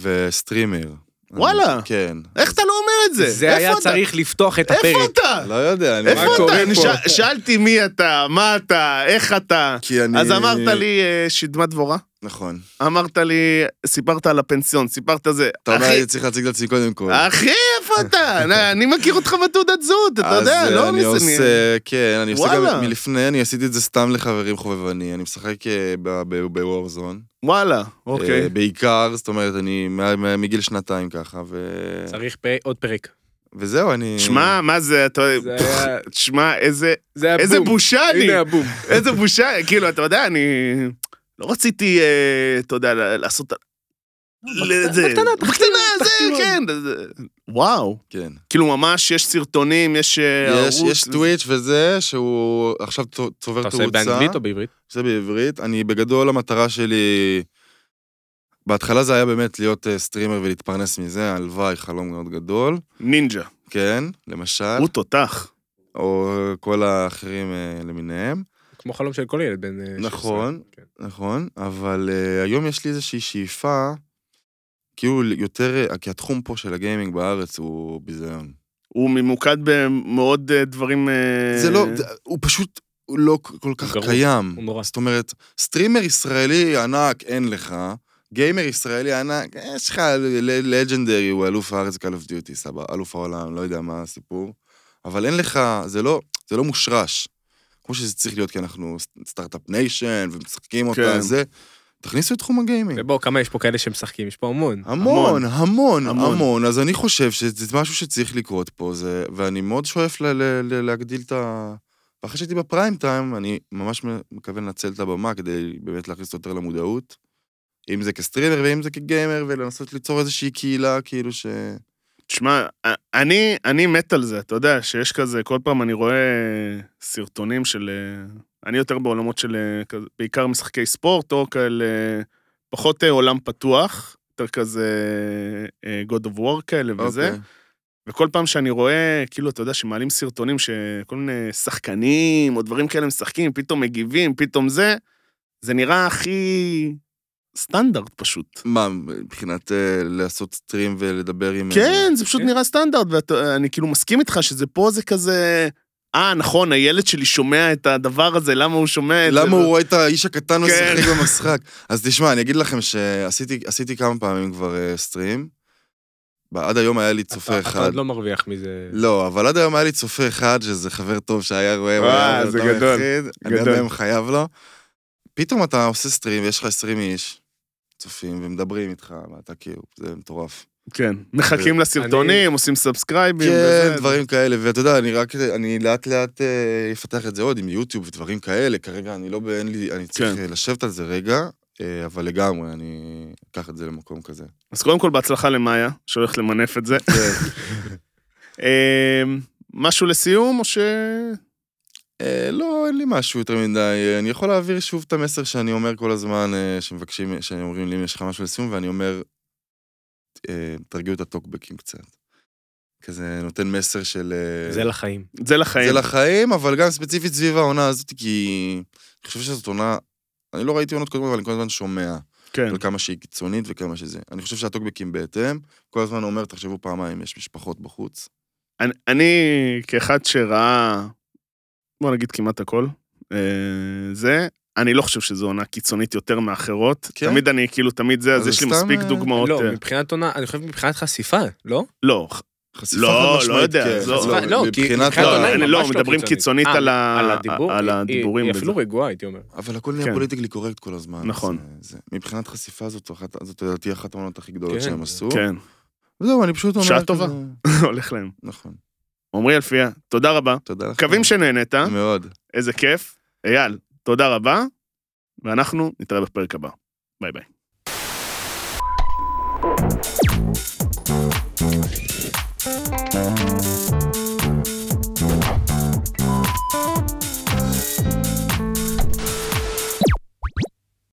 וסטרימר.
וואלה.
אני, כן.
איך אתה לא אומר את זה?
זה היה
איפה אתה?
צריך לפתוח את הפרק.
איפה אתה?
לא יודע, אני...
איפה
מה קורה
אתה? אני
פה?
ש- שאלתי מי אתה, מה אתה, איך אתה.
כי אני...
אז אמרת לי אה, שדמת דבורה,
נכון.
אמרת לי, סיפרת על הפנסיון, סיפרת זה.
אתה אומר,
אחי, אה,
אני צריך להציג את עצמי קודם כל.
אחי, איפה אתה? נא, אני מכיר אותך בתעודת זהות, אתה
אז,
יודע,
אה,
לא
אני
ניסיוני.
עושה, כן, אני עושה
וואלה.
גם מלפני, אני עשיתי את זה סתם לחברים חובבני, אני משחק אה, ב- ב- בוורזון.
וואלה,
אה,
אוקיי.
בעיקר, זאת אומרת, אני מה- מה- מגיל שנתיים ככה, ו-
צריך פרק- עוד פרק.
וזהו, אני...
שמע, מה זה, אתה
זה
יודע,
היה-
תשמע, איזה
זה היה
אה, איזה
בום.
בושה אני.
הנה הבום.
איזה בושה, כאילו, אתה יודע, אני לא רציתי, אה, אתה יודע, ל- לעשות... ל- זה-
בקטנה, כאילו,
בקטנה, זה, כן. זה- וואו.
כן.
כאילו, ממש, יש סרטונים, יש אה,
יש,
ערוץ.
יש טוויץ' וזה, שהוא עכשיו צו- צובר
אתה
תאוצה.
עושה באנגלית או בעברית?
זה בעברית. אני בגדול, המטרה שלי... בהתחלה זה היה באמת להיות אה, סטרימר ולהתפרנס מזה, הלוואי, חלום מאוד גדול.
נינג'ה.
כן, למשל,
הוא תותח.
או כל האחרים אה, למיניהם.
כמו חלום של כל ילד בן... אה, 16.
נכון.
כן.
נכון, אבל uh, היום יש לי איזושהי שאיפה, כאילו יותר, אה, כי התחום פה של הגיימינג בארץ הוא ביזיון.
הוא ממוקד במאוד אה, דברים... אה,
זה לא, זה- הוא פשוט הוא לא כ- כל כך
גרוע,
קיים.
הוא נורא.
זאת אומרת, סטרימר ישראלי ענק אין לך, גיימר ישראלי ענק, אה, יש לך ל- לג'נדרי, הוא אלוף הארץ Call of Duty, סבבה, אלוף העולם, לא יודע מה הסיפור, אבל אין לך, זה לא, זה לא מושרש. כמו שזה צריך להיות, כי אנחנו סטארט-אפ ניישן, ומשחקים
כן.
אותה, זה. תכניסו את תחום הגיימינג.
ובואו, כמה יש פה כאלה שמשחקים? יש פה המון.
המון, המון,
המון.
המון, אז אני חושב שזה משהו שצריך לקרות פה, זה, ואני מאוד שואף ל- ל- ל- להגדיל את ה... ואחרי שהייתי בפריים טיים, אני ממש מכוון לנצל את הבמה כדי באמת להכניס יותר למודעות, אם זה כסטרימר ואם זה כגיימר, ולנסות ליצור איזושהי קהילה, כאילו ש...
תשמע, אני, אני מת על זה, אתה יודע, שיש כזה, כל פעם אני רואה סרטונים של... אה, אני יותר בעולמות של אה, כזה, בעיקר משחקי ספורט, או כאלה, פחות אה, עולם פתוח, יותר כזה אה, God of War כאלה וזה.
אוקיי.
וכל פעם שאני רואה, כאילו, אתה יודע, שמעלים סרטונים שכל מיני שחקנים או דברים כאלה משחקים, פתאום מגיבים, פתאום זה, זה נראה הכי סטנדרט פשוט.
מה, מבחינת אה, לעשות סטרים ולדבר עם... אה,
כן, זה פשוט
כן.
נראה סטנדרט, ואני כאילו מסכים איתך שזה פה זה כזה... אה, נכון, הילד שלי שומע את הדבר הזה, למה הוא שומע את זה?
למה הוא רואה את האיש הקטן
כן.
משחק במשחק? אז תשמע, אני אגיד לכם שעשיתי עשיתי כמה פעמים כבר אה, סטרים. עד היום היה לי צופה
אתה- אתה
אחד.
עוד לא מרוויח מזה.
לא, אבל עד היום היה לי צופה אחד, שזה חבר טוב שהיה רואה, הוא
אה,
היה בן
זה
אדם
גדול,
יחיד, אני עד
גדול.
היום חייב לו. פתאום אתה עושה סטרים ויש לך 20 איש, צופים, ומדברים איתך, ואתה כאילו, זה מטורף.
כן, מחכים לסרטונים, עושים סאבסקרייבים.
כן,
וזה.
דברים כאלה, ואתה יודע, אני רק, אני לאט לאט אה, אפתח את זה עוד עם יוטיוב ודברים כאלה, כרגע אני לא, ב- אין לי, אני צריך
כן.
אה, לשבת על זה רגע, אה, אבל לגמרי, אני אקח את זה למקום כזה.
אז קודם כל, בהצלחה למאיה, שהולכת למנף את זה.
כן.
אה, משהו לסיום, או ש...
אה, לא, אין לי משהו יותר מדי. אה, אני יכול להעביר שוב את המסר שאני אומר כל הזמן, אה, שמבקשים, שאומרים לי אם יש לך משהו לסיום, ואני אומר, אה, תרגיעו את הטוקבקים קצת. כזה נותן מסר של... אה,
זה לחיים.
זה לחיים.
זה לחיים, אבל גם ספציפית סביב העונה הזאת, כי אני חושב שזאת עונה... אני לא ראיתי עונות קודמות, אבל אני כל הזמן שומע
כן.
על כמה שהיא קיצונית וכמה שזה. אני חושב שהטוקבקים בהתאם, כל הזמן אומר, תחשבו פעמיים, יש משפחות בחוץ.
אני, אני כאחד שראה, בוא נגיד כמעט הכל, אה, זה, אני לא חושב שזו עונה קיצונית יותר מאחרות.
כן?
כן? תמיד אני, כאילו, תמיד זה, אז
אז
יש לי
סתם,
מספיק
אה,
דוגמאות.
לא,
אה,
מבחינת עונה, אני חושב מבחינת חשיפה, לא?
לא,
חשיפה
לא,
חד
לא
משמעית,
יודע,
כן,
זו-
חשיפה-
לא, כי-
מבחינת
מבחינת
ה-
לא,
עונה היא
אני- לא,
ממש לא
מדברים
קיצונית.
קיצונית
אה,
על ה-
על הדיבור,
על
היא-
הדיבורים
היא
וזה.
אפילו רגועה, הייתי אומר.
אבל הכל נהיה
כן.
פוליטיקלי קורקט כל הזמן.
נכון.
זה, זה. מבחינת חשיפה זאת, אחת, זאת לדעתי אחת העונות הכי גדולות
כן.
שהם עשו.
כן,
וזהו, אני פשוט אומר...
שעה
כזה-
טובה. כן, הולך להם.
נכון,
עמרי אלפיה, תודה רבה.
תודה לך.
מקווים שנהנית,
מאוד.
איזה כיף. אייל, תודה רבה, ואנחנו נתראה בפרק הבא. ביי ביי.